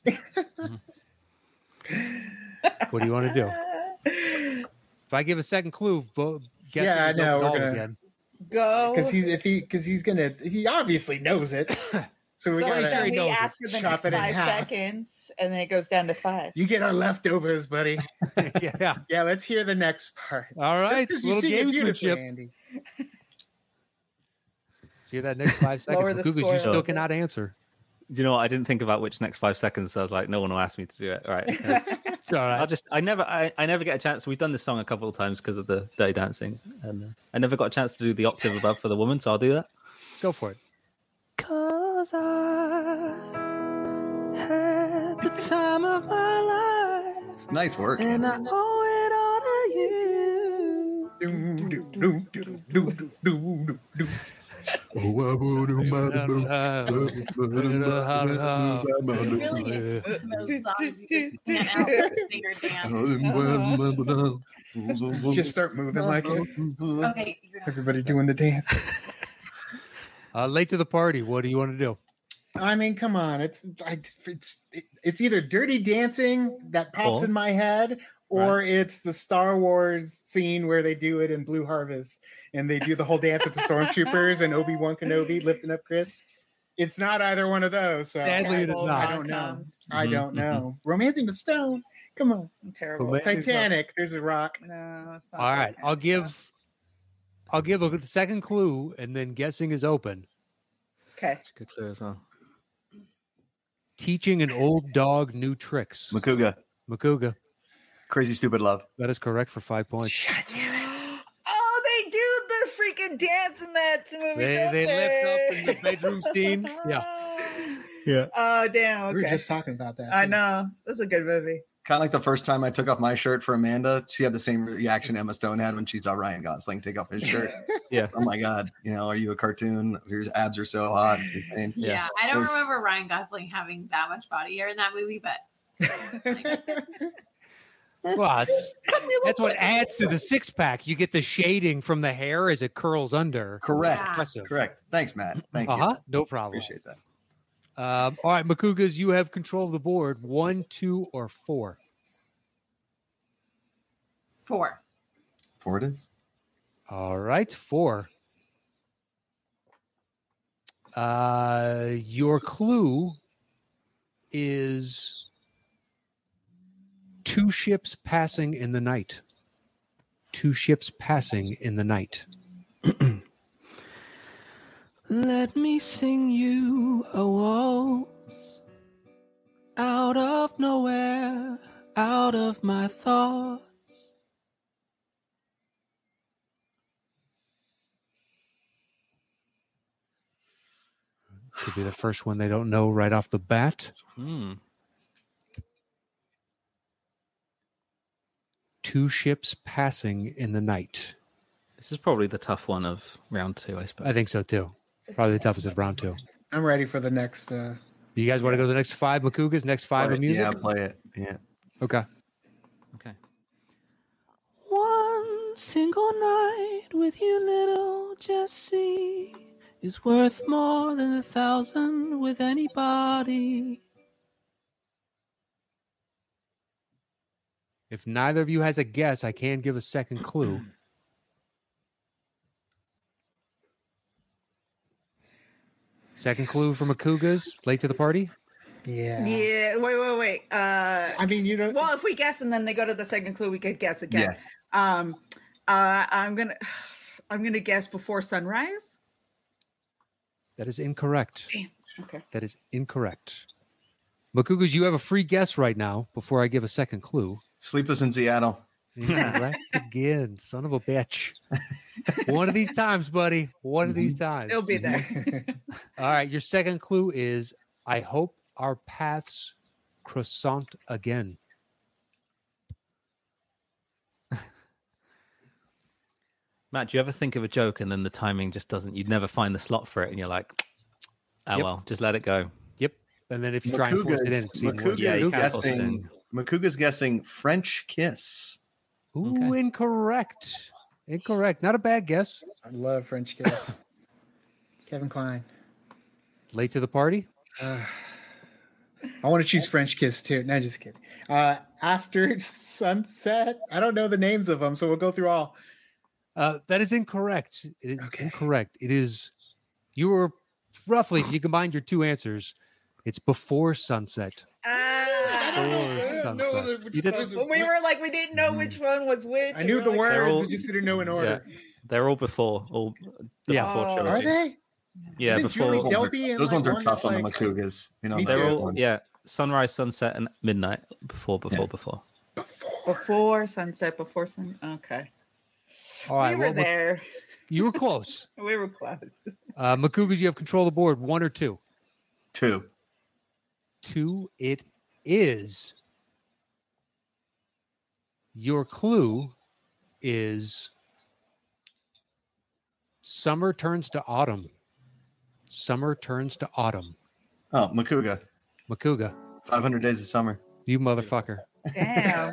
What do you want to do? If I give a second clue, vote. Guess
Yeah, I
it was open
know, we're
all
gonna-
Again.
Go.
Because he's if he because he's gonna he obviously knows it. So we
so
gotta.
then
Sherry
we
knows it.
ask for the
Chop
next
it in
five
half.
seconds, and then it goes down to five.
You get our leftovers, buddy.
yeah.
Yeah, let's hear the next part.
All right.
Just 'cause
Little
sing it beautifully,
gamesmanship.
Andy.
See that next five seconds.
Lower the
Google,
score
you
a
still
little bit.
cannot answer.
You know what? I didn't think about which next five seconds. So I was like, no one will ask me to do it. All right. okay.
It's all
I'll
right.
just, I never, I, I never get a chance. We've done this song a couple of times because of the day dancing. And uh, I never got a chance to do the octave above for the woman. So I'll do that.
Go for it.
Cause I had the time of my life.
Nice work.
And uh, I owe it all to you.
Doom, doom, doom, doom, doom, doom, doom, doom.
Oh,
Uh,
It really is one of those songs you just can't out with finger dance.
Just start moving like it.
Okay, you're not
Everybody doing the dance.
Uh, late to the party. What do you want to do?
I mean, come on. It's I, it's it's either Dirty Dancing that pops
Cool.
in my head, or it's the Star Wars scene where they do it in Blue Harvest and they do the whole dance with the stormtroopers and Obi Wan Kenobi lifting up Chris. It's not either one of those. So
Sadly, it is
Terrible
not.
I don't know.
rom-coms.
I
Mhm,
don't know. Romancing the Stone. Come on,
I'm terrible.
Romantic- It's not-
Titanic. There's a rock.
No, it's not
All
that
right.
kind
I'll
of stuff.
give. I'll give a second clue, and then guessing is open.
Okay.
Good clue as well.
Teaching an old dog new tricks.
Makuga,
Makuga.
crazy stupid love.
That is correct for five points.
God damn it.
Oh, they do the freaking dance in that movie.
They-
don't
they lift up in the
they?
bedroom scene.
Yeah.
Oh damn. Okay.
We were just talking about that.
I
too.
know. That's a good movie.
Kind of like the first time I took off my shirt for Amanda, she had the same reaction Emma Stone had when she saw Ryan Gosling take off his shirt.
Yeah.
Oh my God. You know, are you a cartoon? Your abs are so hot. It's insane.
Yeah,
Yeah.
I don't
There's-
remember Ryan Gosling having that much body hair in that movie, but
Well, it's- that's what adds to the six pack. You get the shading from the hair as it curls under.
Correct.
Yeah.
Impressive.
Correct. Thanks, Matt. Thank
Uh huh.
you.
No problem.
Appreciate that.
Um, all right, Makugas, you have control of the board. One, two, or four.
four.
Four it is.
All right, four. Uh, your clue is two ships passing in the night. Two ships passing in the night.
Let me sing you a waltz out of nowhere, out of my thoughts.
Could be the first one they don't know right off the bat.
Hmm.
Two ships passing in the night.
This is probably the tough one of round two, I suppose.
I think so too. Probably the toughest of round two.
I'm ready for the next. Uh,
You guys want to go to the next five Makugas, next five
Play
of
it.
music?
Yeah, play it. Yeah.
Okay.
Okay.
One single night with you, little Jessie, is worth more than a thousand with anybody.
If neither of you has a guess, I can give a second clue. Second clue from Akugas, late to the party.
Yeah.
Yeah. Wait, wait, wait. Uh,
I mean, you know,
well, if we guess and then they go to the second clue, we could guess again.
Yeah.
Um, uh, I'm gonna, I'm gonna guess before sunrise.
That is incorrect.
Okay.
That is incorrect. Makugas, you have a free guess right now before I give a second clue.
Sleepless in Seattle.
Incorrect again, son of a bitch. One of these times, buddy. One of these times.
It'll be there.
All right. Your second clue is I hope our paths croissant again.
Matt, do you ever think of a joke and then the timing just doesn't? You'd never find the slot for it, and you're like, "Oh
Yep.
well, just let it go."
Yep. And then if you try and force it in, it's even worse.
Makuga's
Yeah, you can't force it
guessing. Makuga's guessing French kiss.
Ooh,
Okay.
incorrect. Incorrect. Not a bad guess.
I love French kiss. Kevin Klein.
Late to the party.
I want to choose French kiss too. No, just kidding. Uh, after sunset. I don't know the names of them, so we'll go through all.
Uh, that is incorrect. It is
Okay.
Incorrect. It is. You were roughly, if you combined your two answers, it's before sunset.
Ah,
Before sunset.
You did-
when we were like, we didn't know which one was which.
I
and
knew
we're
the
like,
words,
all-
I just didn't know in order.
They're all before, all the
Yeah.
before
Oh,
trilogy.
Are they?
Yeah,
Isn't
before
Julie
Those,
Delpy
are,
and,
those
like,
ones are
one
tough
that's
on the
like-
Makugas. You know,
Me
not
they're
the
too.
other
all
one.
yeah, sunrise, sunset, and midnight. Before, before, before.
Before sunset, before sun. Okay.
All right.
we were
well, Mak-
there.
you were close.
We were close.
Uh, Makugas, you have control of the board. One or two.
two.
Two. It is. Your clue is summer turns to autumn. Summer turns to autumn.
Oh, Makuga.
Makuga,
500 Days of Summer.
you motherfucker.
Damn.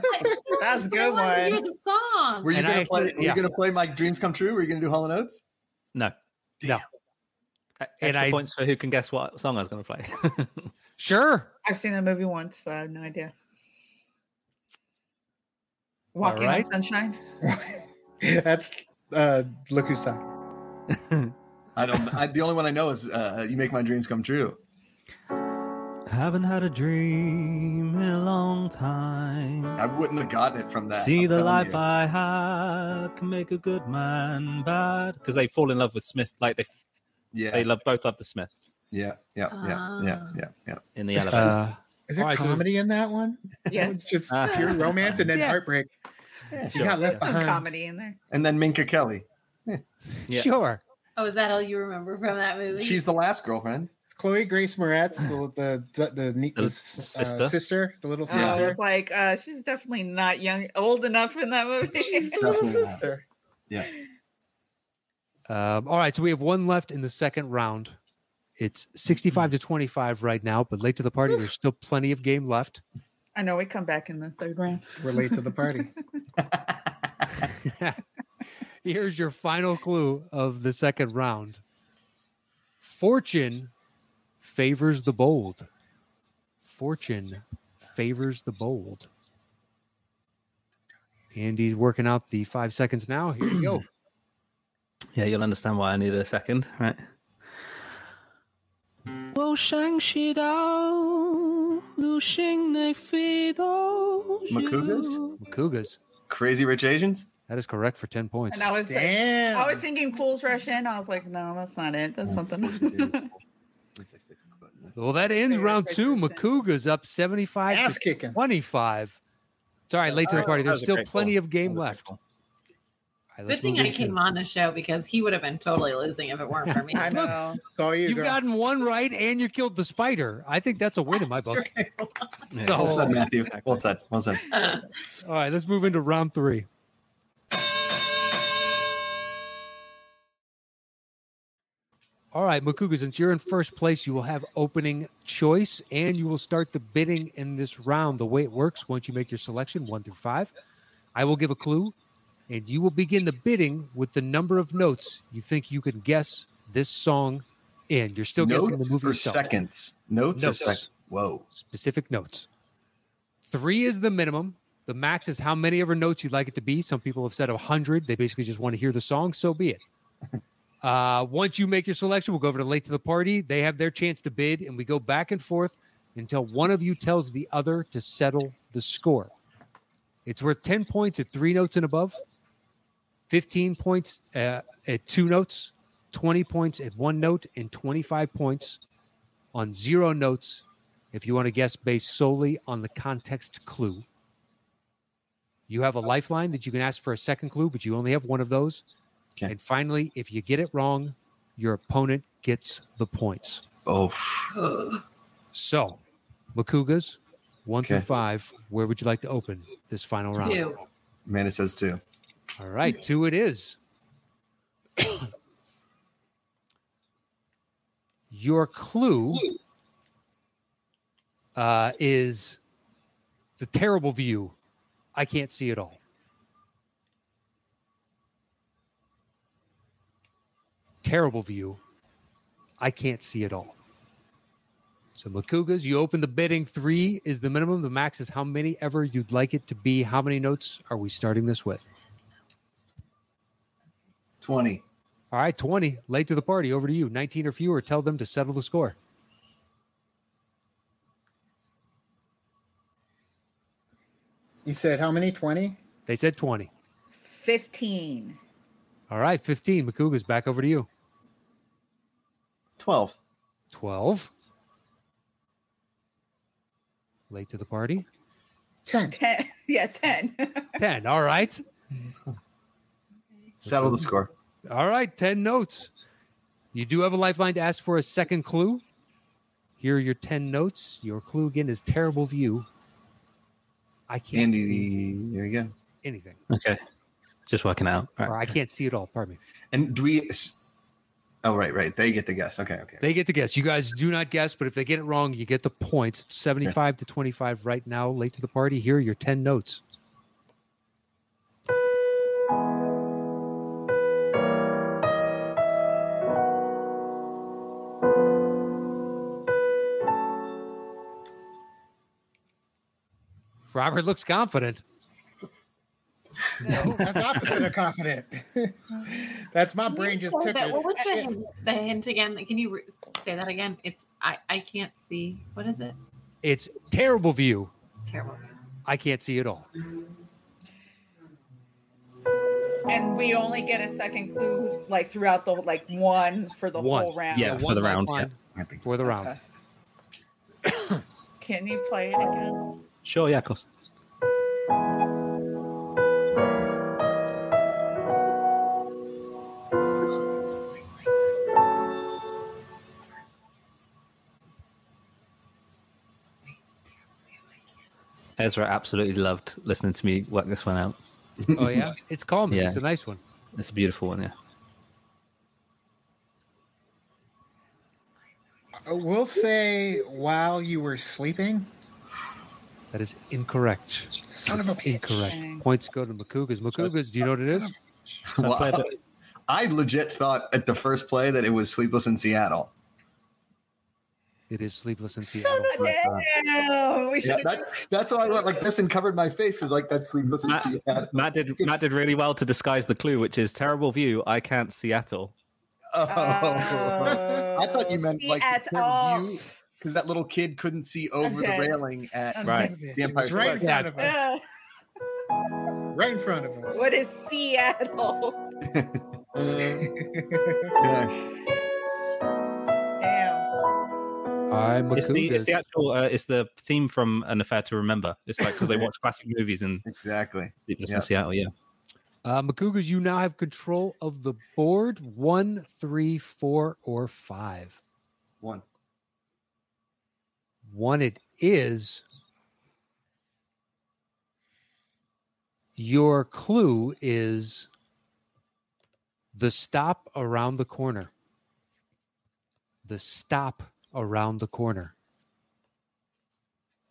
That's a
I
good
wanted to hear
one.
the song.
Were you
And I
gonna play?
actually-
were
yeah.
you gonna play my dreams come true? Were you gonna do Hall and Oates?
No.
No.
E-
And
Extra
I-
points for who can guess what song I was going to play.
Sure.
I've seen that movie once, so I have no idea. Walking
right.
on sunshine.
That's uh, look who's talking.
I don't. I, the only one I know is uh, "You Make My Dreams Come True."
Haven't had a dream in a long time.
I wouldn't have gotten it from that.
See
I'm
the
telling
life
you.
I had can make a good man bad. Because they fall in love with Smith, like they
Yeah,
they love both love the Smiths
yeah, yeah, yeah, yeah, yeah, yeah.
in the elevator.
Uh,
Is there
All right, so-
comedy in that one? It's
Yes.
just
Ah.
pure romance and then
Yeah.
heartbreak. You
Sure.
got left
Some
behind.
comedy in there.
And then Minka Kelly.
Yeah.
uh, Sure.
Oh, is that all you remember from that movie?
She's the last girlfriend.
It's Chloe Grace Moretz, the the the, the,
The
the, uh,
sister.
sister. the little
Oh, I
sister.
was like, uh, she's definitely not young, old enough in that movie.
She's the little
Definitely not.
sister.
Um, all right. So we have one left in the second round. It's 65 to 25 right now, but late to the party. There's still plenty of game left.
I know we come back in the third round.
We're late to the party.
Here's your final clue of the second round Fortune favors the bold. Fortune favors the bold. Andy's working out the five seconds now. Here we go.
Yeah, you'll understand why I needed a second, right?
Makugas,
Makugas.
Crazy Rich Asians.
That is correct for 10 points.
And I was like,
Damn.
I was thinking Fools Rush In. I was like, no, that's not it.
Oh,
That's something.
Well, that ends
Favorite
round two.
person.
Makuga's up 75
ass
to
kicking.
25. It's all right, late to
Oh,
the party.
That
There's
was a
still
great
plenty
call.
of game
That was a great
left. All
call.
right,
Good
let's
thing
move
I
into-
came on the show because he would have been totally losing if it weren't for me.
I
That's
know.
It's all you.
You've
girl.
gotten one right and you killed the spider. I think that's a win in my book.
true.
Yeah.
So,
Well said,
all
Matthew. Well said. Well said.
right, let's move into round three. All right, Makuga, since you're in first place, you will have opening choice and you will start the bidding in this round. The way it works, once you make your selection, one through five, I will give a clue and you will begin the bidding with the number of notes you think you can guess this song in. You're still guessing the
Notes
movie
or
itself.
seconds? Notes or
Notes.
seconds? Whoa.
specific notes. Three is the minimum. The max is how many ever notes you'd like it to be. Some people have said 100. They basically just want to hear the song. So be it. Uh, once you make your selection, we'll go over to Late to the Party. They have their chance to bid, and we go back and forth until one of you tells the other to settle the score. It's worth 10 points at three notes and above, 15 points uh, at two notes, 20 points at one note, and 25 points on zero notes if you want to guess based solely on the context clue. You have a lifeline that you can ask for a second clue, but you only have one of those.
Okay.
And finally, if you get it wrong, your opponent gets the points.
Oh,
So, Makugas, one through
Okay.
five, where would you like to open this final round?
Two.
man, it says two.
All right, two it is. Your clue uh, is it's a terrible view. I can't see it all. Terrible view. I can't see it all. So Makugas, you open the bidding. Three is the minimum. The max is how many ever you'd like it to be. How many notes are we starting this with?
20.
All right, 20, late to the party. Over to you. 19 or fewer, tell them to settle the score.
You said how many? 20?
They said 20.
15.
All right, 15. Makuga's back over to you.
12.
12. Late to the party.
10.
10. Yeah, 10.
10. All right.
Settle the score.
All right, 10 notes. You do have a lifeline to ask for a second clue. Here are your 10 notes. Your clue again is terrible view. I can't see
Andy, there you go.
anything,
Okay. Just working out. All
or
right.
I can't see it all. Pardon me.
And do we? Oh, right, right. They get the guess. Okay, okay.
They get to guess. You guys do not guess, but if they get it wrong, you get the points. It's 75 to 25 right now. Late to the party. Here are your 10 notes. Robert looks confident.
That's opposite of confident. That's my brain
You
just
said
took
that- What was the
it.
hint, the hint again? Can you re- say that again? It's I I can't see. What is it?
It's terrible view.
Terrible.
I can't see it all.
and we only get a second clue like throughout the like one for the
One.
whole round.
Yeah, for
One
the round,
lifeline
I think-
For the round.
Okay. Can you play it again?
Sure. Yeah, of course. Ezra absolutely loved listening to me work this one out.
Oh, yeah. It's calming.
Yeah.
It's a nice one.
It's a beautiful one, yeah.
Uh, We'll say while you were sleeping.
That is incorrect.
Son of a bitch.
Incorrect.
Dang.
Points go to Makugas. Makugas, do you know what it is?
Well,
I
I,
played it.
I legit thought at the first play that it was Sleepless in Seattle.
It is Sleepless in Seattle.
Son of a damn! We
Yeah,
should have
that's that's why I went like this and covered my face and like that's Sleepless in
Matt,
Seattle.
Matt did Matt did really well to disguise the clue, which is terrible view. I can't Seattle.
Oh. I thought you meant like
Oh. at
the term
all.
view because that little kid couldn't see over
Okay. Oh,
the railing at
Okay.
Right.
The
It
Empire
was right in
Strikes
front of us.
Uh,
Right in front of us.
what is Seattle?
Yeah.
Damn.
I'm
It's the it's the
Makugas.
actual uh, it's the theme from An Affair to Remember. It's like because they watch classic movies in
exactly.
Sleepless
Yeah.
in Seattle. Yeah,
Uh, Makugas, you now have control of the board. One, three, four, or five.
One.
One, it is. Your clue is the stop around the corner. The stop around the corner.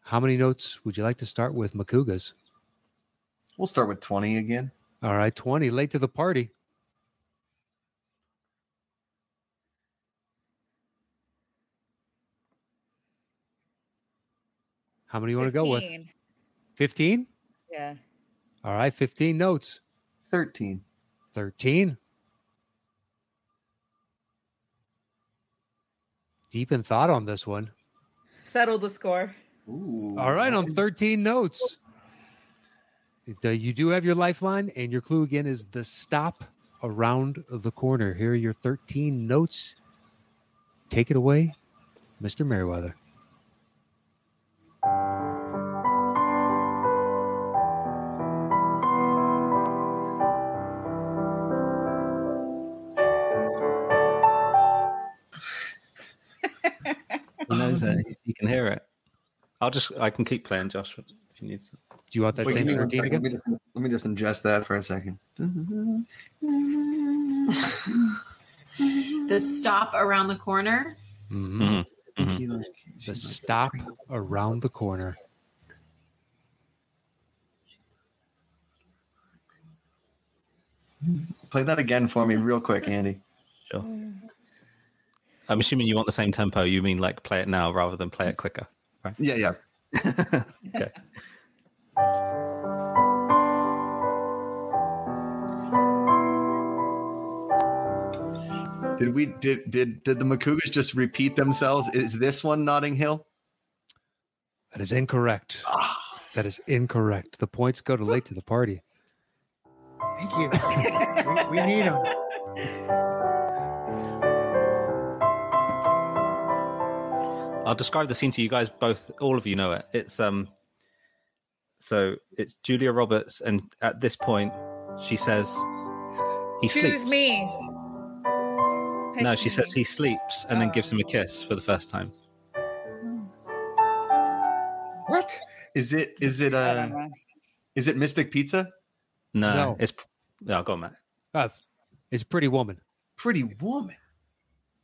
How many notes would you like to start with, Makugas?
We'll start with twenty again.
All right, 20, late to the party. How many you want to go with?
15.
15?
Yeah.
All right, 15 notes.
Thirteen.
13. Deep in thought on this one.
Settle the score.
Ooh.
All right, on 13 notes. It- uh, You do have your lifeline, and your clue again is the stop around the corner. Here are your 13 notes. Take it away, Mr. Merriweather.
He knows it. He can hear it. I'll just. I can keep playing, Josh, if you need to.
Do you want that
Wait,
same
give me one
13
second. Let me
again?
just- let me just ingest that for a second.
The stop around the corner.
Mhm.
Thank you.
The stop around the corner.
Play that again for me, real quick, Andy.
Sure. I'm assuming you want the same tempo. You mean like play it now rather than play it quicker.
Yeah, yeah.
okay.
Did we did did did the Makugas just repeat themselves? Is this one Notting Hill?
That is incorrect. That is incorrect. The points go to late to the party.
Thank you. we, we need them.
I'll describe the scene to you guys both. All of you know it. It's um. So it's Julia Roberts, and at this point, she says, "He
Choose
sleeps."
me. Pick
No, she says
me.
he sleeps, and then gives him a kiss for the first time.
What?
Is it is it
I don't
uh
know.
is it Mystic Pizza?
No,
No.
it's no. Go on, Matt.
Uh, it's Pretty Woman.
Pretty Woman.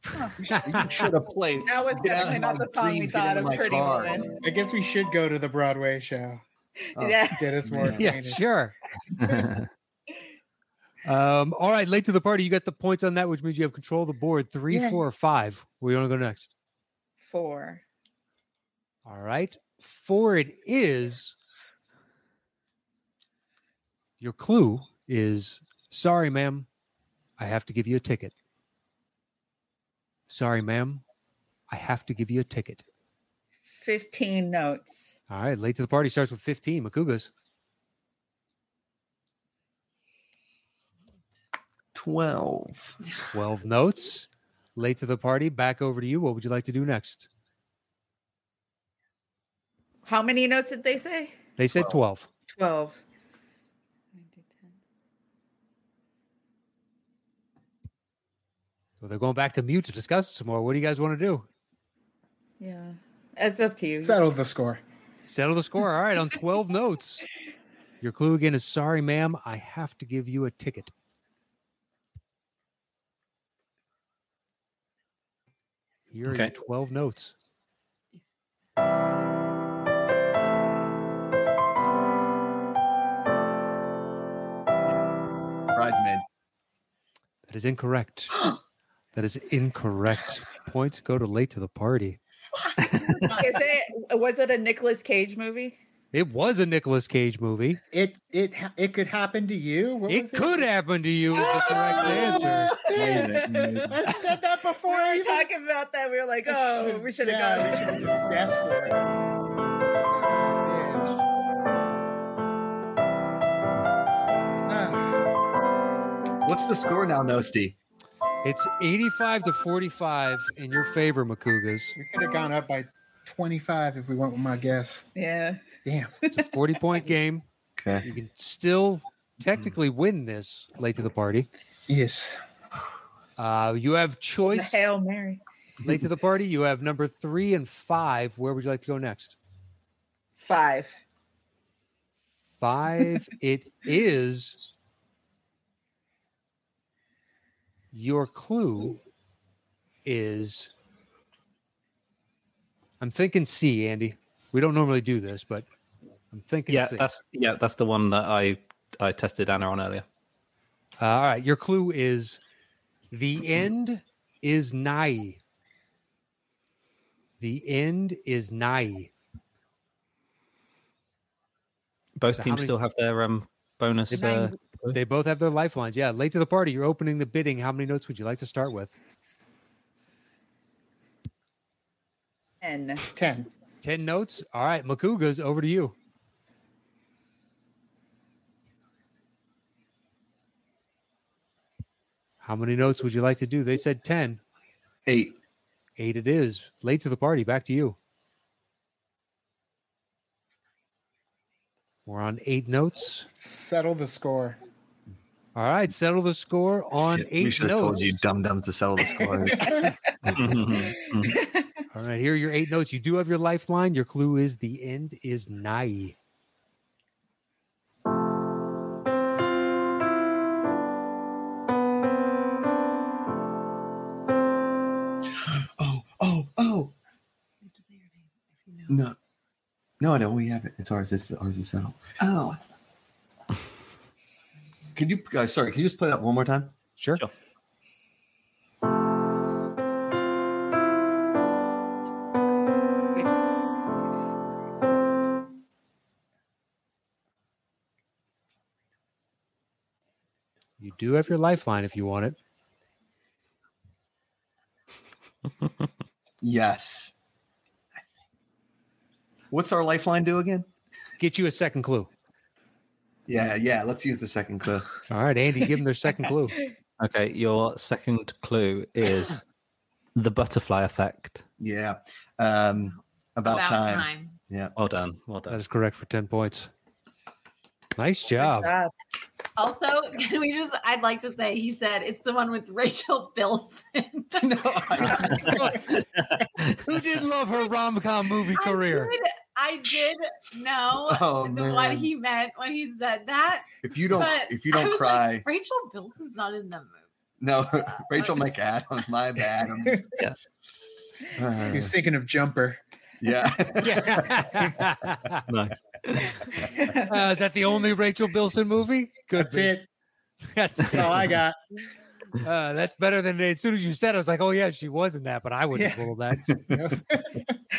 You should have played.
That was
Get out
definitely
of
not
my
the song we
dreams, get
thought
out
of.
my
Pretty
car.
woman.
I guess we should go to the Broadway show.
Oh.
Yeah.
Get us more.
Yeah.
yeah,
acquainted.
sure. Um, all right, late to the party. You got the points on that, which means you have control of the board. Three,
Yay.
four, or five. Where you want to go next?
Four.
All right. For it is your clue is sorry, ma'am. I have to give you a ticket. Sorry, ma'am. I have to give you a ticket.
15 notes.
All right. Late to the party starts with 15. Makugas.
Twelve.
12 notes. Late to the party. Back over to you. What would you like to do next?
How many notes did they say?
They said 12.
12.
So they're going back to mute to discuss it some more. What do you guys want to do?
Yeah. It's up to you.
Settle the score.
Settle the score. All right, on 12 notes. Your clue again is sorry, ma'am. I have to give you a ticket. Here are your
Okay.
12 notes.
Bridesmaid.
That is incorrect. that is incorrect. Points go to late to the party.
Is it was it a Nicolas Cage movie?
It was a Nicolas Cage movie.
It it ha- it could happen to you. What
It
was Ah!
could happen to you is the correct answer.
Amazing, amazing.
I said that
We
before. I
were
even-
talking about that. We were like, oh, we should have
Yeah,
gone.
we should have asked for it. Ah,
What's the score now, Nosty?
It's 85 to 45 in your favor, Makugas.
we could have gone up by 25 if we went with my guess.
Yeah.
Damn.
It's a 40 point game.
Okay.
You can still technically win this late to the party.
Yes.
Uh, you have
The
choice
Hail Mary.
late to the party. You have number three and five. Where would you like to go next?
Five.
Five. it is your clue is. I'm thinking C, Andy. We don't normally do this, but I'm thinking
Yeah,
C.
that's yeah, that's the one that I I tested Anna on earlier.
Uh, all right, your clue is the end is nigh. The end is nigh.
Both
So how
teams
many-
still have their um bonus. Uh,
Nine.
They both have their lifelines. Yeah, late to the party. You're opening the bidding. How many notes would you like to start with?
Ten.
10.
10 notes. All right, Makuga's over to you. How many notes would you like to do? They said 10.
Eight.
Eight it is. Late to the party. Back to you. We're on eight notes.
Settle the score.
All right, settle the score on
Shit, we
eight
should have told
notes.
you dum dums to settle the score.
uh,
All right, here are your eight notes. You do have your lifeline. Your clue is the end is nigh.
oh, oh, oh. No. No, I don't. We have it. It's ours. It's ours to settle.
Oh,
Can you, uh, sorry, can you just play that one more time?
Sure.
Sure.
You do have your lifeline if you want it.
Yes. What's our lifeline do again?
Get you a second clue.
Yeah, yeah. Let's use the second clue.
All right, Andy, give them their second clue.
Okay, your second clue is the butterfly effect.
Yeah. Um, about,
about
time.
time.
Yeah.
Well done. Well done.
That is correct for 10 points. Nice
Good
job.
job.
Also, can we just? I'd like to say he said it's the one with Rachel Bilson.
no, I-
Who did love her rom com movie
I
career?
did, I did know
Oh,
the-
man.
what he meant when he said that.
if you don't,
But
if you
I
don't
was
cry,
like, Rachel Bilson's not in the movie.
no, Rachel McAdams. My bad. I'm uh, just-
Yeah.
He
Uh,
was thinking of Jumper.
yeah.
Yeah.
nice.
Uh, is that the only Rachel Bilson movie? Good.
That's it.
That's,
That's all I got.
Uh, that's better than as soon as you said, it, I was like, oh yeah, she was in that, but I wouldn't
Yeah.
have pulled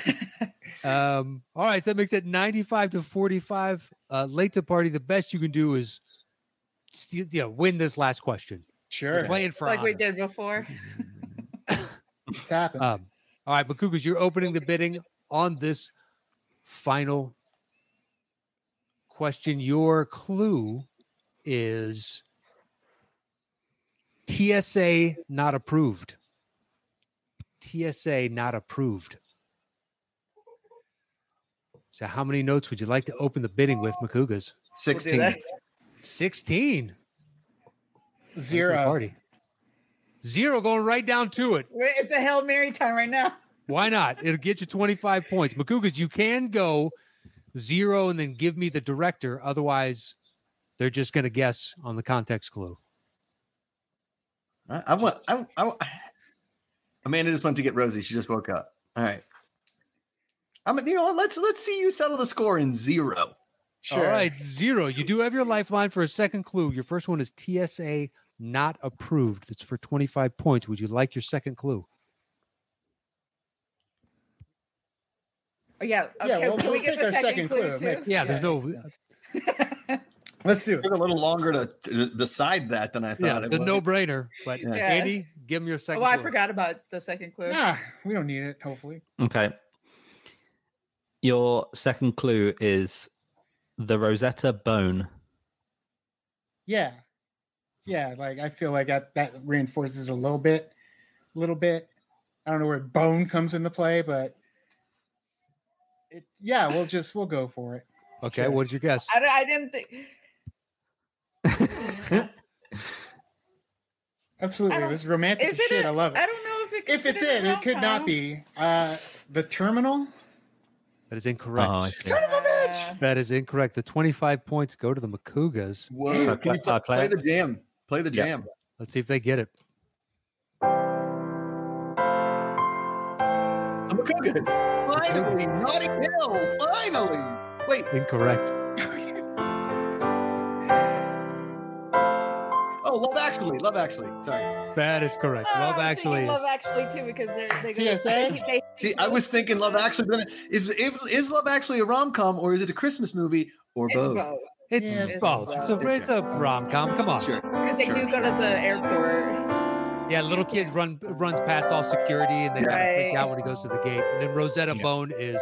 that. um, all right, so that makes it 95 to 45. Uh, late to party, the best you can do is steal, you know, win this last question. We're
Sure.
Playing for
Like we
honor.
did before.
It's happened.
Um, all right, but Cougars, you're opening the bidding on this final question. Your clue is TSA not approved. TSA not approved. So, how many notes would you like to open the bidding with, Makugas?
16
that.
16. Right to the
Zero.
Party. Zero going right down to it.
We're- It's a Hail Mary time right now.
Why not? It'll get you 25 points. Makugas, you can go zero and then give me the director. Otherwise, they're just going to guess on the context clue.
I, I want. I, I, Amanda just went to get Rosie. She just woke up. All right. I mean, you know, what? let's let's see you settle the score in zero.
Sure.
All right, zero. You do have your lifeline for a second clue. Your first one is TSA not approved. That's for 25 points. Would you like your second clue?
Oh, yeah. Okay.
Yeah, we'll-
can
we'll
we get
take our
the
second
second,
clue.
clue,
It makes-
too?
Yeah, there's no
Let's do it.
Took a little longer to, to decide that than I thought.
yeah,
it
the
would.
no brainer. But
Yeah.
Andy, give me your
Oh,
second
I
clue.
forgot about the second clue.
Nah, we don't need it, hopefully.
Okay. Your second clue is the Rosetta Bone.
Yeah. Yeah, like I feel like that, that reinforces it a little bit. A little bit. I don't know where bone comes into play, but it yeah, we'll just we'll go for it.
Okay,
Sure.
what did you guess?
I, don't- I didn't think. I
Absolutely. It
don't-
was romantic
Is
as
it?
shit.
a-
I love
I
it.
don't know if it.
If it's
considered
it,
a
it could
rom-com.
not be. Uh the terminal.
That is incorrect.
Oh, I see.
Son of a bitch.
Uh,
that is incorrect. The 25 points go to the Makugas.
Whoa! Can you
Play-
play,
play
play
it?
the jam? Play the
Yeah.
jam.
Let's see if they get it.
I'm a Cougars. Finally, Notting Hill. Finally. Wait.
Incorrect.
Oh, Love Actually. Love Actually. Sorry.
That is correct.
oh, I was
Love
thinking
actually is.
Love actually too because they're they go-
TSA?
they- they-
See, I was thinking Love Actually. but then Is if, is Love Actually a rom com or is it a Christmas movie or
it's
both?
both.
it's
Yeah, it's
both.
both.
It's a, it's a rom com. Come on.
Sure.
Because they
Sure.
do go to the airport.
Yeah, little kids run runs past all security and they kind of freak
Right.
out when he goes to the gate. And then Rosetta Bone is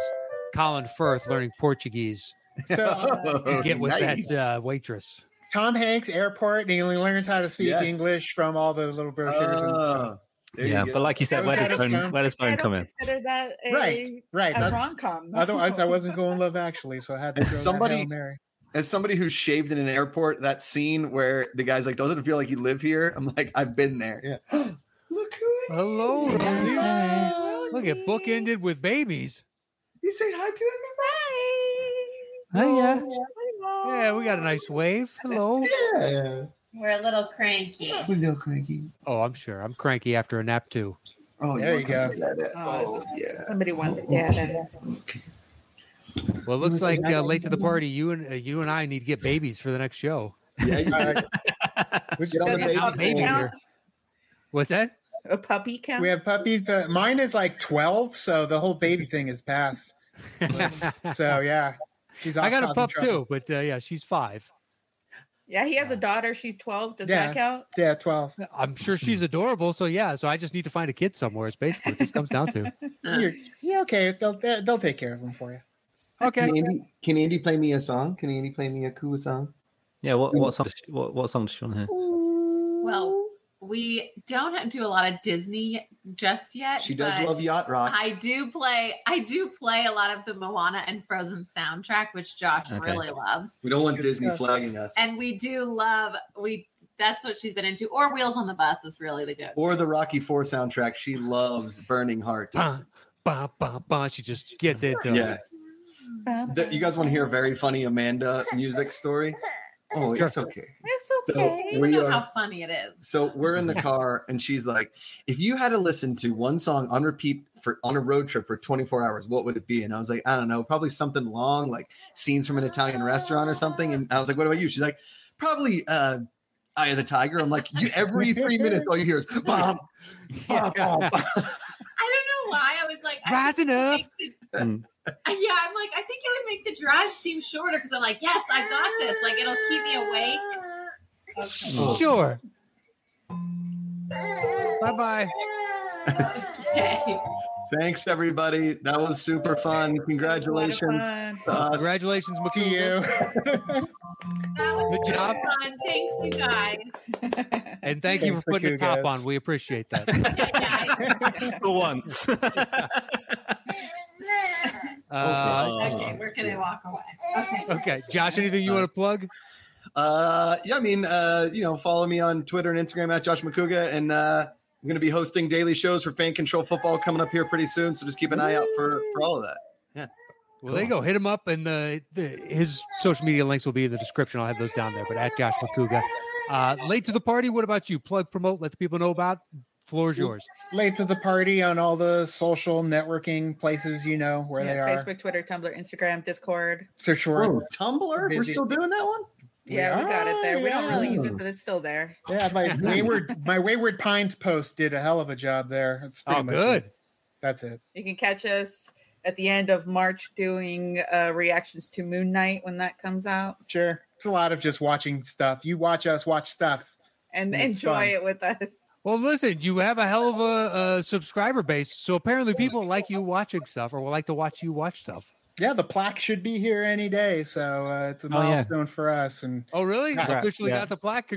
Colin Firth learning Portuguese.
So uh,
to get with
Oh, Nice.
that uh, waitress.
Tom Hanks airport, and he only learns how to speak
Yes.
English from all the little brochures and stuff.
Ah, there you
yeah,
go.
but like you said,
Yeah,
where does
was that a
Bone,
stunt?
where does
I
Bone
don't
come in?
consider that a,
Right, right.
a
That's,
rom com.
otherwise, I wasn't going love actually, so I had to
As
throw
somebody-
that Hail Mary.
As somebody who's shaved in an airport, that scene where the guy's like, "Doesn't it feel like you live here?" I'm like, "I've been there." Yeah. Look who it
Hello, Rosie. Look at book ended with babies.
You say hi to
Oh yeah. Yeah, we got a nice wave. Hello.
Yeah.
We're a little cranky.
everybody. Hello, cranky.
Oh, I'm sure. I'm cranky after a nap too.
Oh,
There
wanna
you
come to that?
Oh,
Oh, yeah.
Somebody wants data.
Well, it looks like uh, late to the party. You and uh, you and I need to get babies for the next show.
Yeah, you
All right,
Get on the
Does
baby
puppy
Baby
bowl.
count?
here. What's that?
A puppy count?
we have puppies, but mine is like twelve, so the whole baby thing is past. So yeah, she's.
I
off
got a
causing
pup
trouble.
too, but uh, yeah, she's five.
yeah, he has a daughter. She's 12. Does that count?
Yeah, twelve.
I'm sure
Hmm.
she's adorable. So yeah, so I just need to find a kid somewhere. It's basically what this comes down to.
You're, you're okay. They'll they'll take care of them for you.
Okay.
Can Andy, can Andy play me a song? Can Andy play me a cool song?
Yeah, what what song? does she- What, what song does she want to hear?
Well, we don't do a lot of Disney just yet.
She does
but
love yacht rock.
I do play. I do play a lot of the Moana and Frozen soundtrack, which Josh
Okay.
really loves.
We don't want
Good
Disney
stuff.
flagging us.
And we do love we. That's what she's been into. Or Wheels on the Bus is really the good.
or the Rocky Four soundtrack. She loves Burning Heart.
Bah, bah, bah, bah. She just gets into
Yeah.
it. uh,
Uh,
Th- You guys want to hear a very funny Amanda music story? Oh, it's
Sure.
okay.
It's
So
okay.
You don't
we
know
are
how funny it is.
so we're in the car and she's like, if you had to listen to one song on repeat for on a road trip for 24 hours, what would it be? And I was like, I don't know, probably something long, like scenes from an Italian restaurant or something. And I was like, what about you? She's like, probably uh Eye of the Tiger. I'm like, you, every three minutes, all you hear is bomb, bomb, bomb.
I don't know why I was like I think
Rising
it would
up.
make the-
Mm.
Yeah, I'm like, I think it would make the drive seem shorter because I'm like, yes, I got this. Like, it'll keep me awake.
Sure. Bye bye.
Okay.
Thanks, everybody. That was super fun. Congratulations.
A lot of fun.
to us.
Congratulations,
To
Makuga.
you.
That was
Good job.
fun. Thanks, you guys.
And thank you
Thanks,
for putting the top on.
Makugas.
We appreciate that.
Yeah,
For once.
Uh,
I- okay, we're gonna walk away. Okay.
okay. Josh, anything you want to plug?
Uh, yeah, I mean, uh, you know, follow me on Twitter and Instagram at Josh McCouga, and uh, I'm going to be hosting daily shows for Fan Control Football coming up here pretty soon. So just keep an eye out for for all of that.
Well, there you go. Hit him up, and the, the his social media links will be in the description. I'll have those down there. But at Josh Makuga, uh, late to the party. What about you? Plug, promote, let the people know about. Floor is yours.
Late to the party on all the social networking places, you know where
Yeah,
they are.
Facebook, Twitter, Tumblr, Instagram, Discord.
Search for
Whoa, Tumblr, we're
Busy.
still doing that one.
We
Yeah, we got it there. We don't really
are,
use it, but it's still there.
Yeah, my wayward my wayward pines post did a hell of a job there. That's pretty
Oh,
much
good.
It. That's it.
You can catch us at the end of March doing uh, reactions to Moon Knight when that comes out
Sure, it's a lot of just watching stuff. You watch us watch stuff.
and
It's
enjoy
fun.
it with us.
Well, listen, you have a hell of a, uh subscriber base, so apparently people like you watching stuff, or will like to watch you watch stuff.
Yeah, the plaque should be here any day, so uh, it's a
yeah.
milestone for us. And
Oh, really?
Congrats.
Officially
Yeah.
got the plaque.
we got the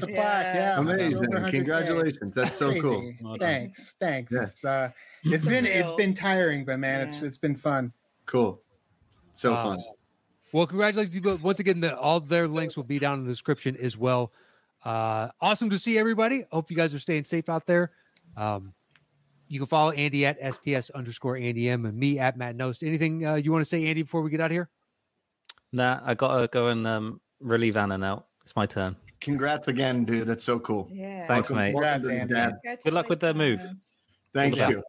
Congratulations!
plaque. Yeah,
Yeah.
Amazing.
Over 100K.
Congratulations. That's so cool.
Crazy.
Well done.
Thanks, thanks.
Yes.
It's uh, it's been it's
Real.
been tiring, but man, it's
Yeah.
it's been fun.
Cool. So
Wow.
fun.
Well, congratulations you both. once again. The, all their links will be down in the description as well. Uh, awesome to see everybody. Hope you guys are staying safe out there. Um, you can follow Andy at STS underscore Andy M and me at Matt Nost. Anything uh, you want to say, Andy, before we get out of here?
nah, I gotta go and um, relieve Anna now. It's my turn.
Congrats again, dude. That's so cool.
Yeah.
Thanks, mate.
welcome to the
Congrats,
dad.
Good luck with their move.
Thank
Yeah.
you.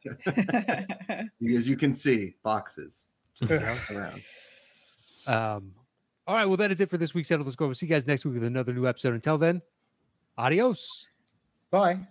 You- As you can see, boxes around.
Um, all right. Well, that is it for this week's Settle the Score. We'll see you guys next week with another new episode. Until then, adios.
Bye.